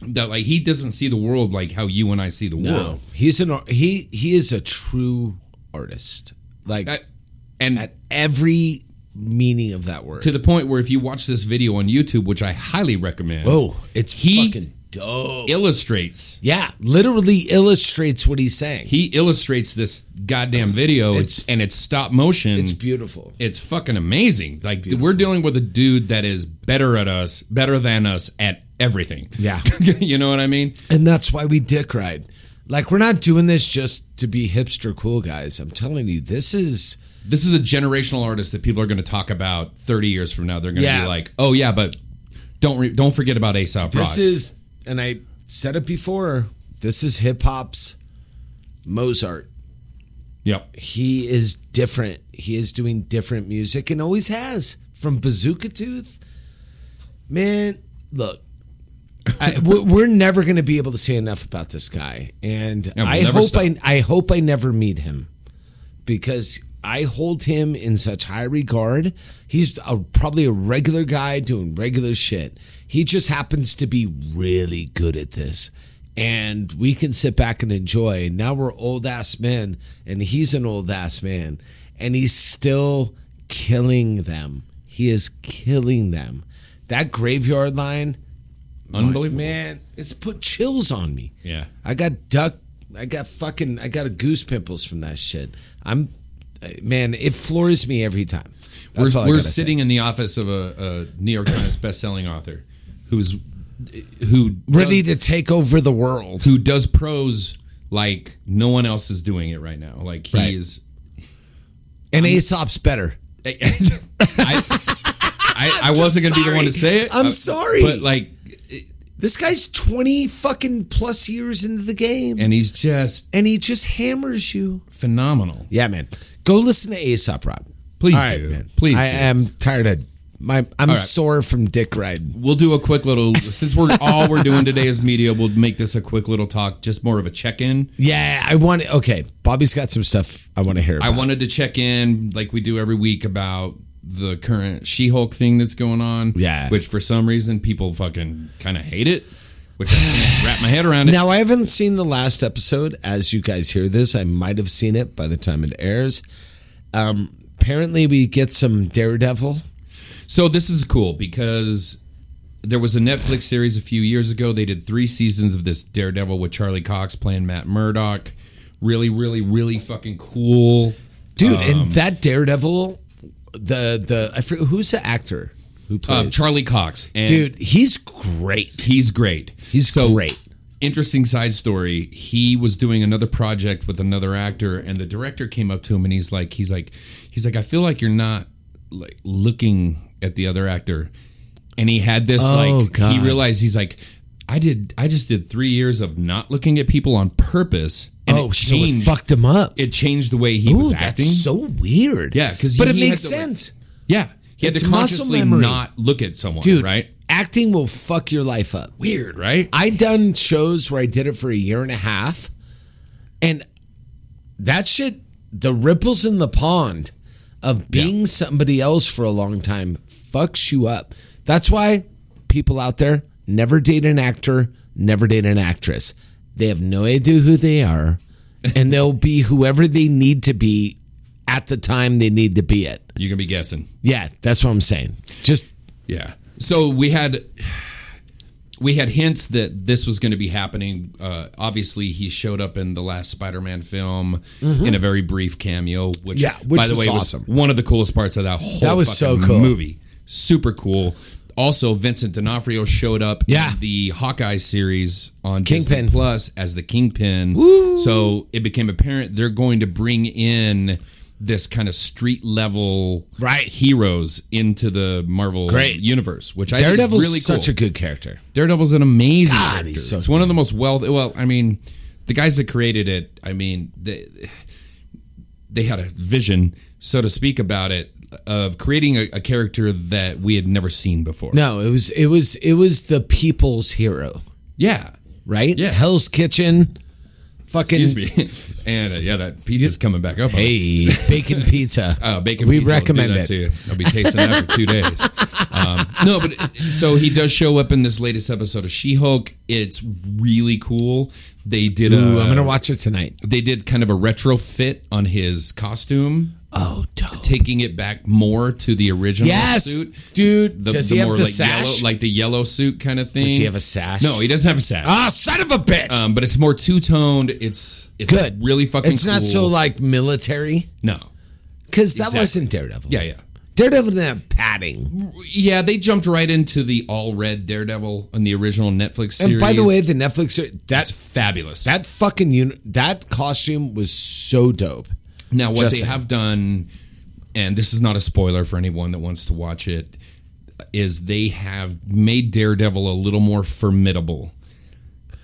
Speaker 2: that like he doesn't see the world like how you and I see the
Speaker 3: no,
Speaker 2: world.
Speaker 3: he's an ar- he he is a true artist, like
Speaker 2: I- and
Speaker 3: at every meaning of that word.
Speaker 2: to the point where if you watch this video on YouTube, which I highly recommend,
Speaker 3: Whoa, it's
Speaker 2: he
Speaker 3: fucking dope.
Speaker 2: illustrates
Speaker 3: yeah, literally illustrates what he's saying.
Speaker 2: he illustrates this goddamn video
Speaker 3: It's-
Speaker 2: and it's stop motion.
Speaker 3: it's beautiful.
Speaker 2: it's fucking amazing. Like we're dealing with a dude that is better at us, better than us at everything.
Speaker 3: Yeah.
Speaker 2: you know what I mean?
Speaker 3: And that's why we dick ride. Like we're not doing this just to be hipster cool guys. I'm telling you, this is
Speaker 2: This is a generational artist that people are going to talk about 30 years from now. They're going to
Speaker 3: Yeah.
Speaker 2: be like, "Oh yeah, but don't re- don't forget about Aesop Rock."
Speaker 3: this is and I said it before, this is hip hop's Mozart.
Speaker 2: yep.
Speaker 3: He is different. He is doing different music and always has. From Bazooka Tooth. Man, look. I, we're we're never going to be able to say enough about this guy, and
Speaker 2: we'll
Speaker 3: I
Speaker 2: never
Speaker 3: hope
Speaker 2: stop.
Speaker 3: I I hope I never meet him. because I hold him in such high regard. He's a, probably a regular guy doing regular shit. He just happens to be really good at this. And we can sit back and enjoy. Now we're old ass men, and he's an old ass man, and he's still killing them. He is killing them. That graveyard line,
Speaker 2: Unbelievable.
Speaker 3: man, it's put chills on me.
Speaker 2: Yeah.
Speaker 3: I got duck. I got fucking. I got a goose pimples from that shit. I'm, man. It floors me every time. That's
Speaker 2: we're
Speaker 3: all I
Speaker 2: we're
Speaker 3: gotta say.
Speaker 2: sitting in the office of a, a New York Times best-selling author who's who
Speaker 3: ready
Speaker 2: does-
Speaker 3: to take over the world.
Speaker 2: who does prose like no one else is doing it right now. Like he
Speaker 3: Right.
Speaker 2: is
Speaker 3: And Aesop's better.
Speaker 2: I, I, I wasn't going to be the one to say it.
Speaker 3: I'm
Speaker 2: uh,
Speaker 3: sorry.
Speaker 2: But like,
Speaker 3: This guy's twenty fucking plus years into the game, and,
Speaker 2: and he's just
Speaker 3: he just hammers you.
Speaker 2: phenomenal.
Speaker 3: Yeah, man. Go listen to Aesop, Rob.
Speaker 2: Please
Speaker 3: All right,
Speaker 2: do.
Speaker 3: man.
Speaker 2: Please
Speaker 3: I
Speaker 2: do.
Speaker 3: am tired of my. I'm
Speaker 2: right.
Speaker 3: sore from dick riding.
Speaker 2: We'll do a quick little since we're all we're doing today is media. We'll make this a quick little talk, just more of a check in.
Speaker 3: Yeah, I want. Okay, Bobby's got some stuff I want to hear.
Speaker 2: I
Speaker 3: About.
Speaker 2: wanted to check in like we do every week about the current She-Hulk thing that's going on.
Speaker 3: Yeah.
Speaker 2: which for some reason people fucking kind of hate it, which I can't wrap my head around it.
Speaker 3: Now, I haven't seen the last episode. As you guys hear this, I might have seen it by the time it airs. Um, apparently, we get some Daredevil.
Speaker 2: So this is cool because there was a Netflix series a few years ago. They did three seasons of this Daredevil with Charlie Cox playing Matt Murdock. Really, really, really fucking cool.
Speaker 3: Dude, and that Daredevil, the, the, I forget, who's the actor who plays?
Speaker 2: Um, Charlie Cox, and
Speaker 3: Dude, Uh, he's great.
Speaker 2: he's great.
Speaker 3: He's great.
Speaker 2: Interesting side story. He was doing another project with another actor, and the director came up to him and he's like, he's like, he's like, I feel like you're not like looking at the other actor. And he had this
Speaker 3: Oh,
Speaker 2: like he
Speaker 3: God.
Speaker 2: realized he's like, I did I just did three years of not looking at people on purpose. And
Speaker 3: oh,
Speaker 2: it
Speaker 3: so it
Speaker 2: changed
Speaker 3: fucked him up.
Speaker 2: it changed the way he
Speaker 3: Ooh,
Speaker 2: was
Speaker 3: that's
Speaker 2: acting.
Speaker 3: so weird.
Speaker 2: Yeah, 'cause
Speaker 3: But
Speaker 2: he-
Speaker 3: it
Speaker 2: he
Speaker 3: makes
Speaker 2: had to, like-
Speaker 3: sense.
Speaker 2: yeah. He had
Speaker 3: It's
Speaker 2: to
Speaker 3: muscle
Speaker 2: consciously
Speaker 3: memory.
Speaker 2: not look at someone,
Speaker 3: Dude,
Speaker 2: right?
Speaker 3: acting will fuck your life up.
Speaker 2: Weird, right?
Speaker 3: I done shows where I did it for a year and a half, and that shit, the ripples in the pond of being somebody else for a long time fucks you up. That's why people out there never date an actor, never date an actress. They have no idea who they are, and they'll be whoever they need to be at the time they need to be it.
Speaker 2: You're gonna be guessing.
Speaker 3: Yeah, that's what I'm saying. Just
Speaker 2: Yeah. So we had we had hints that this was going to be happening. Uh, obviously, he showed up in the last Spider-Man film
Speaker 3: Mhm.
Speaker 2: in a very brief cameo, which,
Speaker 3: Yeah, which
Speaker 2: by the
Speaker 3: was
Speaker 2: way,
Speaker 3: awesome.
Speaker 2: was one of the coolest parts of that whole
Speaker 3: That was so
Speaker 2: fucking
Speaker 3: cool.
Speaker 2: movie. Super cool. Also, Vincent D'Onofrio showed up in the Hawkeye series on Kingpin Disney Plus as the Kingpin. So it became apparent they're going to bring in this kind of street level right heroes into the Marvel
Speaker 3: Great.
Speaker 2: universe, which I think
Speaker 3: Daredevil's
Speaker 2: is really
Speaker 3: such
Speaker 2: cool.
Speaker 3: a good character.
Speaker 2: Daredevil's an amazing
Speaker 3: God,
Speaker 2: character.
Speaker 3: he's so
Speaker 2: it's one of the most well. Well, I mean, the guys that created it. I mean, they they had a vision, so to speak, about it of creating a, a character that we had never seen before.
Speaker 3: No, it was it was it was the people's hero.
Speaker 2: Yeah.
Speaker 3: Right? Yeah. Hell's Kitchen. Fucking
Speaker 2: Excuse me. and uh, yeah, that pizza's coming back up.
Speaker 3: Hey, bacon pizza.
Speaker 2: Oh, bacon
Speaker 3: We
Speaker 2: pizza. I'll do
Speaker 3: recommend
Speaker 2: that
Speaker 3: it.
Speaker 2: to you. I'll be tasting that for two days. Um, no, but so he does show up in this latest episode of She-Hulk. It's really cool. They did. a-
Speaker 3: Ooh, I'm gonna watch it tonight.
Speaker 2: They did kind of a retrofit on his costume.
Speaker 3: Oh,
Speaker 2: taking it back more to the original
Speaker 3: Yes!
Speaker 2: suit,
Speaker 3: dude. does he have the
Speaker 2: like
Speaker 3: sash?
Speaker 2: yellow, like the yellow suit kind of thing?
Speaker 3: Does he have a sash?
Speaker 2: No, he doesn't have a sash.
Speaker 3: Ah, son of a bitch.
Speaker 2: Um, but it's more two toned. It's it's
Speaker 3: Good.
Speaker 2: really fucking.
Speaker 3: It's not so
Speaker 2: cool.
Speaker 3: like military.
Speaker 2: no,
Speaker 3: Because that
Speaker 2: Exactly.
Speaker 3: wasn't Daredevil.
Speaker 2: yeah, yeah.
Speaker 3: Daredevil didn't have padding.
Speaker 2: Yeah, they jumped right into the all red Daredevil in the original Netflix series.
Speaker 3: And by the way, the Netflix that's
Speaker 2: fabulous.
Speaker 3: that fucking uni- that costume was so dope.
Speaker 2: now what
Speaker 3: Just
Speaker 2: they
Speaker 3: saying.
Speaker 2: have done, and this is not a spoiler for anyone that wants to watch it, is they have made Daredevil a little more formidable.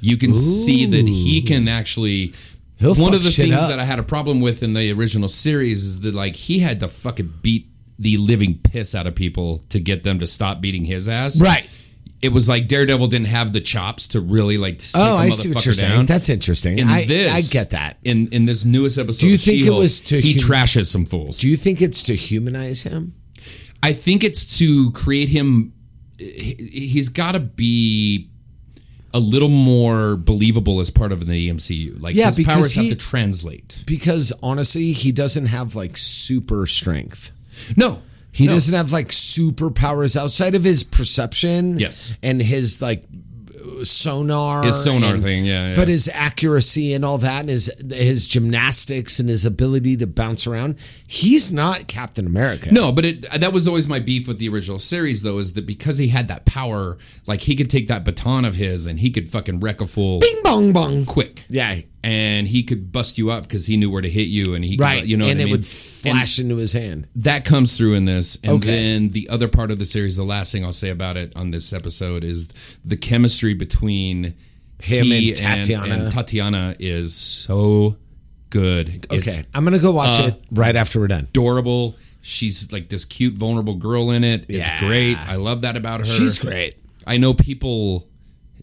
Speaker 2: You can see that he can actually.
Speaker 3: He'll
Speaker 2: one
Speaker 3: fuck
Speaker 2: of the
Speaker 3: shit
Speaker 2: things
Speaker 3: up.
Speaker 2: that I had a problem with in the original series is that like he had to fucking beat the living piss out of people to get them to stop beating his ass.
Speaker 3: Right.
Speaker 2: It was like Daredevil didn't have the chops to really like to take a
Speaker 3: Oh, I see what
Speaker 2: motherfucker
Speaker 3: you're saying.
Speaker 2: down.
Speaker 3: That's interesting.
Speaker 2: In
Speaker 3: I,
Speaker 2: this,
Speaker 3: I get that.
Speaker 2: In in this newest episode,
Speaker 3: Do you
Speaker 2: of
Speaker 3: think it
Speaker 2: She-Hulk,
Speaker 3: was to
Speaker 2: he
Speaker 3: hum-
Speaker 2: trashes some fools?
Speaker 3: Do you think it's to humanize him?
Speaker 2: I think it's to create him. he- He's got to be a little more believable as part of the MCU. Like
Speaker 3: Yeah,
Speaker 2: his
Speaker 3: because
Speaker 2: powers
Speaker 3: he-
Speaker 2: have to translate.
Speaker 3: Because honestly, he doesn't have like super strength.
Speaker 2: No,
Speaker 3: He
Speaker 2: no.
Speaker 3: doesn't have like superpowers outside of his perception.
Speaker 2: Yes.
Speaker 3: And his like sonar.
Speaker 2: His sonar
Speaker 3: and-
Speaker 2: thing, yeah, yeah.
Speaker 3: But his accuracy and all that, and his his gymnastics and his ability to bounce around. He's not Captain America.
Speaker 2: No, but it, that was always my beef with the original series, though, is that because he had that power, like he could take that baton of his and he could fucking wreck a fool
Speaker 3: Bing bong bong.
Speaker 2: quick.
Speaker 3: Yeah.
Speaker 2: and he could bust you up because he knew where to hit you, and he could,
Speaker 3: Right.
Speaker 2: you know,
Speaker 3: and
Speaker 2: what
Speaker 3: it
Speaker 2: I mean?
Speaker 3: would flash into his hand.
Speaker 2: And that comes through in this, and
Speaker 3: Okay.
Speaker 2: then the other part of the series. The last thing I'll say about it on this episode is the chemistry between
Speaker 3: Him
Speaker 2: he
Speaker 3: and Tatiana.
Speaker 2: and Tatiana is so good.
Speaker 3: Okay.
Speaker 2: It's
Speaker 3: I'm gonna go watch
Speaker 2: uh,
Speaker 3: it right after we're done.
Speaker 2: adorable. She's like this cute, vulnerable girl in it. It's
Speaker 3: Yeah.
Speaker 2: great. I love that about her.
Speaker 3: She's great.
Speaker 2: I know people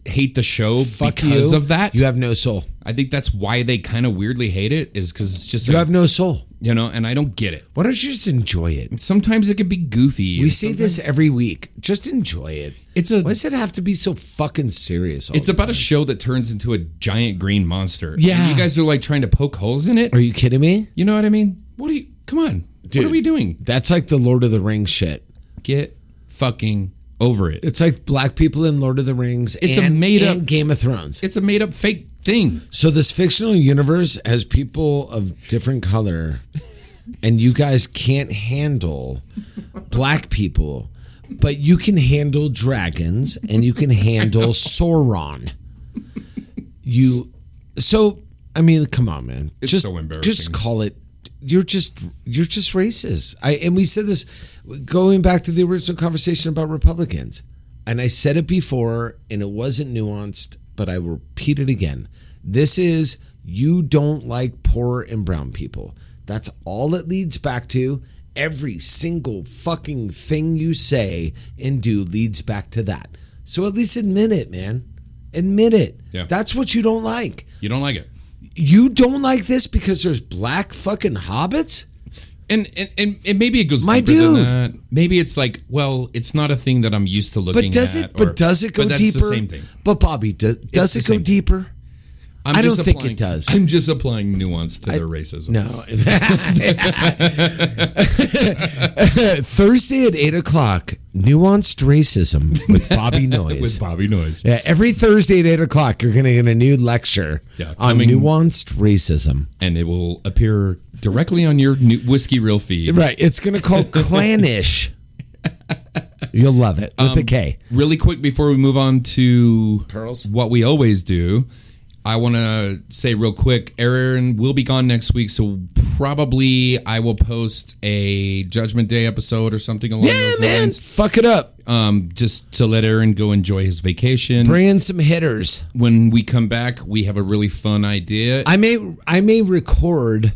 Speaker 2: hate the show
Speaker 3: Fuck
Speaker 2: Oh, because
Speaker 3: you.
Speaker 2: of that.
Speaker 3: You have no soul.
Speaker 2: I think that's why they kind of weirdly hate it, is because it's just,
Speaker 3: You
Speaker 2: a-
Speaker 3: have no soul.
Speaker 2: you know, and I don't get it.
Speaker 3: Why don't you just enjoy it?
Speaker 2: Sometimes it could be goofy.
Speaker 3: We say this every week. Just enjoy it.
Speaker 2: It's a-
Speaker 3: Why does it have to be so fucking serious? all
Speaker 2: It's
Speaker 3: the
Speaker 2: about a
Speaker 3: time?
Speaker 2: show that turns into a giant green monster. And
Speaker 3: Yeah.
Speaker 2: you guys are like trying to poke holes in it.
Speaker 3: Are you kidding me?
Speaker 2: You know what I mean? What are you, come on.
Speaker 3: Dude.
Speaker 2: What are we doing?
Speaker 3: That's like the Lord of the Rings shit.
Speaker 2: Get fucking over it.
Speaker 3: It's like black people in Lord of the Rings.
Speaker 2: It's a
Speaker 3: and,
Speaker 2: made-up-
Speaker 3: and Game of Thrones.
Speaker 2: It's a made up fake thing.
Speaker 3: So this fictional universe has people of different color, and you guys can't handle black people, but you can handle dragons and you can handle Sauron. You, so I mean, come on, man.
Speaker 2: It's
Speaker 3: just,
Speaker 2: so embarrassing.
Speaker 3: Just call it. You're just you're just racist. I and we said this going back to the original conversation about Republicans, and I said it before, and it wasn't nuanced, but I will repeat it again. This is you don't like poor and brown people. That's all it leads back to. Every single fucking thing you say and do leads back to that. So at least admit it, man. Admit it.
Speaker 2: Yeah.
Speaker 3: That's what you don't like
Speaker 2: You don't like it.
Speaker 3: you don't like this because there's black fucking hobbits?
Speaker 2: And, and and and maybe it goes
Speaker 3: My
Speaker 2: deeper
Speaker 3: dude.
Speaker 2: than that. Maybe it's like, well, it's not a thing that I'm used to looking
Speaker 3: But does
Speaker 2: at.
Speaker 3: it? But
Speaker 2: or-
Speaker 3: does it go
Speaker 2: but that's
Speaker 3: deeper?
Speaker 2: The same thing.
Speaker 3: But Bobby, do, does
Speaker 2: the
Speaker 3: it go
Speaker 2: same thing.
Speaker 3: deeper?
Speaker 2: I'm
Speaker 3: I do
Speaker 2: just
Speaker 3: not think
Speaker 2: applying-
Speaker 3: it does.
Speaker 2: I'm just applying nuance to their racism.
Speaker 3: No. Thursday at eight o'clock, nuanced racism with Bobby Noyes.
Speaker 2: With Bobby Noyes.
Speaker 3: Yeah, every Thursday at eight o'clock, you're going to get a new lecture
Speaker 2: Yeah,
Speaker 3: on
Speaker 2: coming-
Speaker 3: nuanced racism.
Speaker 2: and it will appear directly on your new whiskey reel feed.
Speaker 3: Right, it's going to call clannish. You'll love it
Speaker 2: Um,
Speaker 3: with a K.
Speaker 2: Really quick before we move on to
Speaker 3: Pearls?
Speaker 2: what we always do, I want to say real quick Aaron will be gone next week, so probably I will post a Judgment Day episode or something along
Speaker 3: Yeah,
Speaker 2: those
Speaker 3: man,
Speaker 2: lines.
Speaker 3: fuck it up.
Speaker 2: Um, just to let Aaron go enjoy his vacation.
Speaker 3: Bring in some hitters.
Speaker 2: when we come back, we have a really fun idea. I,
Speaker 3: I may, I may record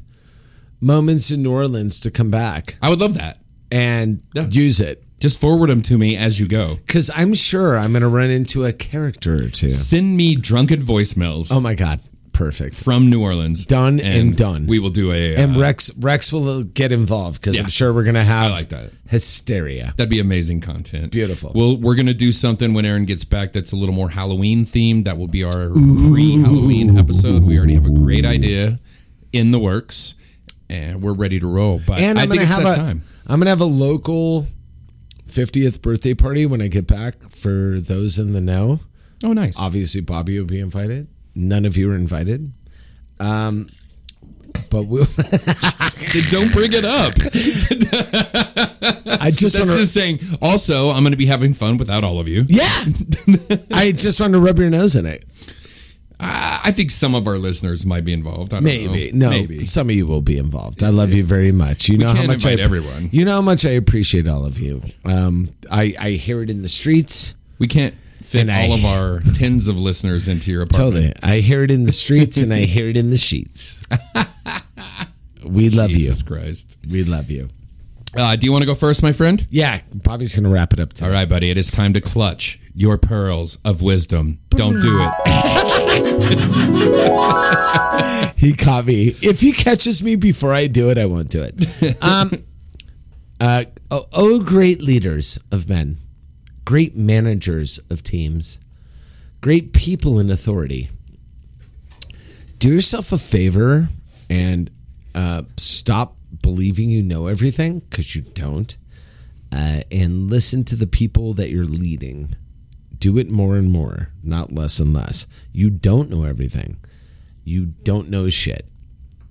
Speaker 3: moments in New Orleans to come back
Speaker 2: would love that.
Speaker 3: and
Speaker 2: Yeah.
Speaker 3: use it.
Speaker 2: Just forward them to me as you go.
Speaker 3: Because I'm sure I'm going to run into a character or two.
Speaker 2: Send me drunken voicemails
Speaker 3: Oh my god, perfect.
Speaker 2: from New Orleans.
Speaker 3: Done and done.
Speaker 2: We will do a.
Speaker 3: And
Speaker 2: uh,
Speaker 3: Rex Rex will get involved because
Speaker 2: Yeah.
Speaker 3: I'm sure we're gonna have
Speaker 2: I like that.
Speaker 3: hysteria.
Speaker 2: That'd be amazing content.
Speaker 3: Beautiful.
Speaker 2: Well, we're gonna do something when Aaron gets back that's a little more Halloween themed. That will be our pre-Halloween episode. We already have a great idea in the works, and we're ready to roll. But
Speaker 3: And
Speaker 2: I
Speaker 3: I'm
Speaker 2: think
Speaker 3: gonna
Speaker 2: it's
Speaker 3: have
Speaker 2: that
Speaker 3: a
Speaker 2: time.
Speaker 3: am gonna have a local 50th birthday party when I get back for those in the know.
Speaker 2: Oh, nice.
Speaker 3: Obviously, Bobby will be invited. None of you are invited. Um, but we'll.
Speaker 2: Then Don't bring it up.
Speaker 3: I just want
Speaker 2: That's
Speaker 3: to.
Speaker 2: just saying. Also, I'm gonna be having fun without all of you.
Speaker 3: Yeah, I just want to rub your nose in it.
Speaker 2: I I think some of our listeners might be involved. I don't
Speaker 3: Maybe
Speaker 2: know.
Speaker 3: no. Some of you will be involved. I love you very much. You know
Speaker 2: can't
Speaker 3: how much
Speaker 2: invite
Speaker 3: I
Speaker 2: everyone.
Speaker 3: You know how much I appreciate all of you. Um, I I hear it in the streets.
Speaker 2: We can't fit
Speaker 3: And I-
Speaker 2: all of our tens of listeners into your apartment.
Speaker 3: Totally, I hear it in the streets and I hear it in the sheets. we love
Speaker 2: Jesus
Speaker 3: you.
Speaker 2: Christ.
Speaker 3: We love you.
Speaker 2: Uh, do you want to go first, my friend?
Speaker 3: Yeah, Bobby's gonna wrap it up. Today.
Speaker 2: All right, buddy. It is time to clutch your pearls of wisdom. Don't do it.
Speaker 3: He caught me. If he catches me before I do it, I won't do it. Um, uh, oh, oh, great leaders of men, great managers of teams, great people in authority. Do yourself a favor and uh, stop believing you know everything because you don't, uh, and listen to the people that you're leading. Do it more and more, not less and less. You don't know everything you don't know shit.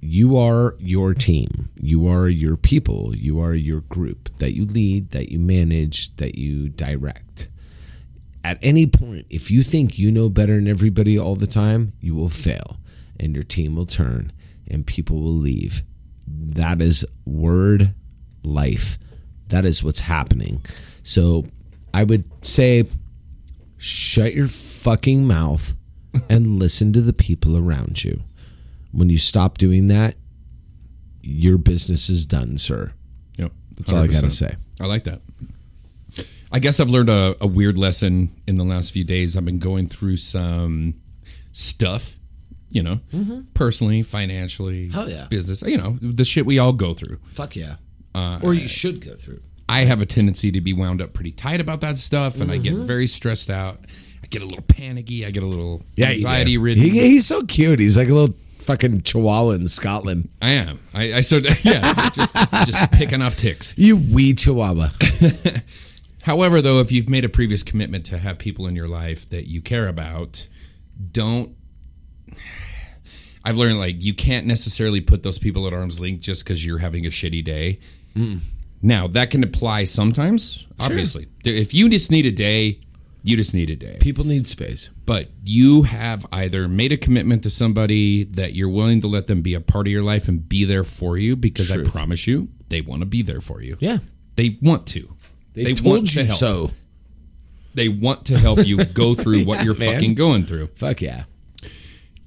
Speaker 3: You are your team. You are your people. You are your group that you lead, that you manage, that you direct. At any point, if you think you know better than everybody all the time, you will fail and your team will turn and people will leave. That is word life. That is what's happening. So I would say shut your fucking mouth and listen to the people around you. When you stop doing that, your business is done, sir.
Speaker 2: Yep. That's
Speaker 3: all I gotta say.
Speaker 2: I like that. I guess I've learned a, a weird lesson in the last few days. I've been going through some stuff, you know, personally, financially,
Speaker 3: Mm-hmm. Hell yeah.
Speaker 2: business, you know, the shit we all go through.
Speaker 3: Fuck yeah.
Speaker 2: Uh,
Speaker 3: or you should go through.
Speaker 2: I have a tendency to be wound up pretty tight about that stuff, and I get
Speaker 3: Mm-hmm.
Speaker 2: very stressed out. I get a little panicky. I get a little anxiety ridden.
Speaker 3: He, he's so cute. He's like a little fucking chihuahua in Scotland.
Speaker 2: I am. I, I so yeah, just just picking off ticks.
Speaker 3: You wee chihuahua.
Speaker 2: However, though, if you've made a previous commitment to have people in your life that you care about, don't. I've learned like you can't necessarily put those people at arm's length just because you're having a shitty day. Now that can apply sometimes, obviously. If you just need a day, you just need a day.
Speaker 3: People need space.
Speaker 2: but you have either made a commitment to somebody that you're willing to let them be a part of your life and be there for you because I
Speaker 3: Truth.
Speaker 2: promise you they want to be there for you.
Speaker 3: Yeah.
Speaker 2: They want to.
Speaker 3: They, told
Speaker 2: want
Speaker 3: you
Speaker 2: to help.
Speaker 3: so.
Speaker 2: They want to help you go through what
Speaker 3: Yeah,
Speaker 2: you're
Speaker 3: man.
Speaker 2: fucking going through.
Speaker 3: Fuck yeah.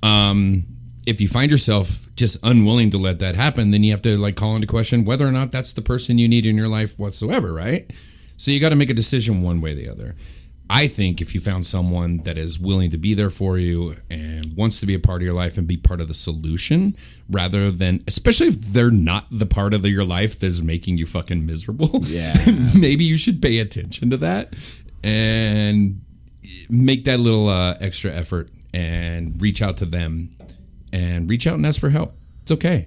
Speaker 2: Um if you find yourself just unwilling to let that happen, then you have to like call into question whether or not that's the person you need in your life whatsoever, right? So you got to make a decision one way or the other. I think if you found someone that is willing to be there for you and wants to be a part of your life and be part of the solution rather than, especially if they're not the part of the- your life that is making you fucking miserable,
Speaker 3: Yeah.
Speaker 2: maybe you should pay attention to that and make that little uh, extra effort and reach out to them and reach out and ask for help. It's okay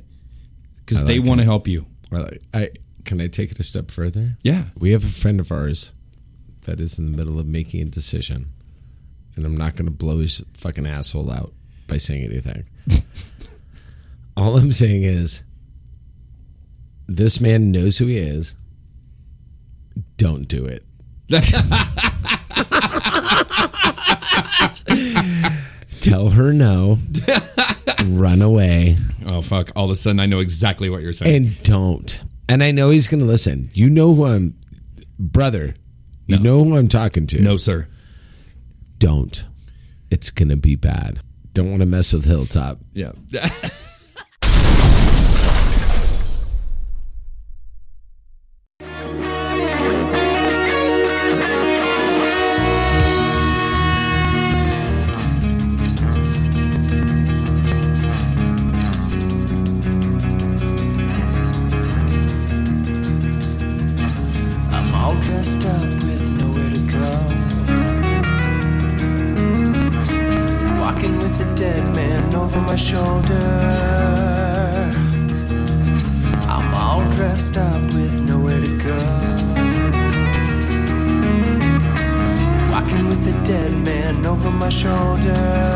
Speaker 2: because
Speaker 3: I
Speaker 2: they
Speaker 3: like
Speaker 2: want to
Speaker 3: it.
Speaker 2: help you.
Speaker 3: Well, I can I take it a step further?
Speaker 2: Yeah.
Speaker 3: We have a friend of ours that is in the middle of making a decision, and I'm not going to blow his fucking asshole out by saying anything. All I'm saying is, this man knows who he is. Don't do it. Tell her no. Run away.
Speaker 2: Oh fuck! All of a sudden, I know exactly what you're saying.
Speaker 3: and don't. And I know he's going to listen. You know who I'm, brother. You know who I'm talking to.
Speaker 2: no, sir.
Speaker 3: don't. It's going to be bad. Don't want to mess with Hilltop.
Speaker 2: Yeah.
Speaker 8: I'm all dressed up with nowhere to go. Walking with the dead man over my shoulder. I'm all dressed up with nowhere to go. Walking with the dead man over my shoulder.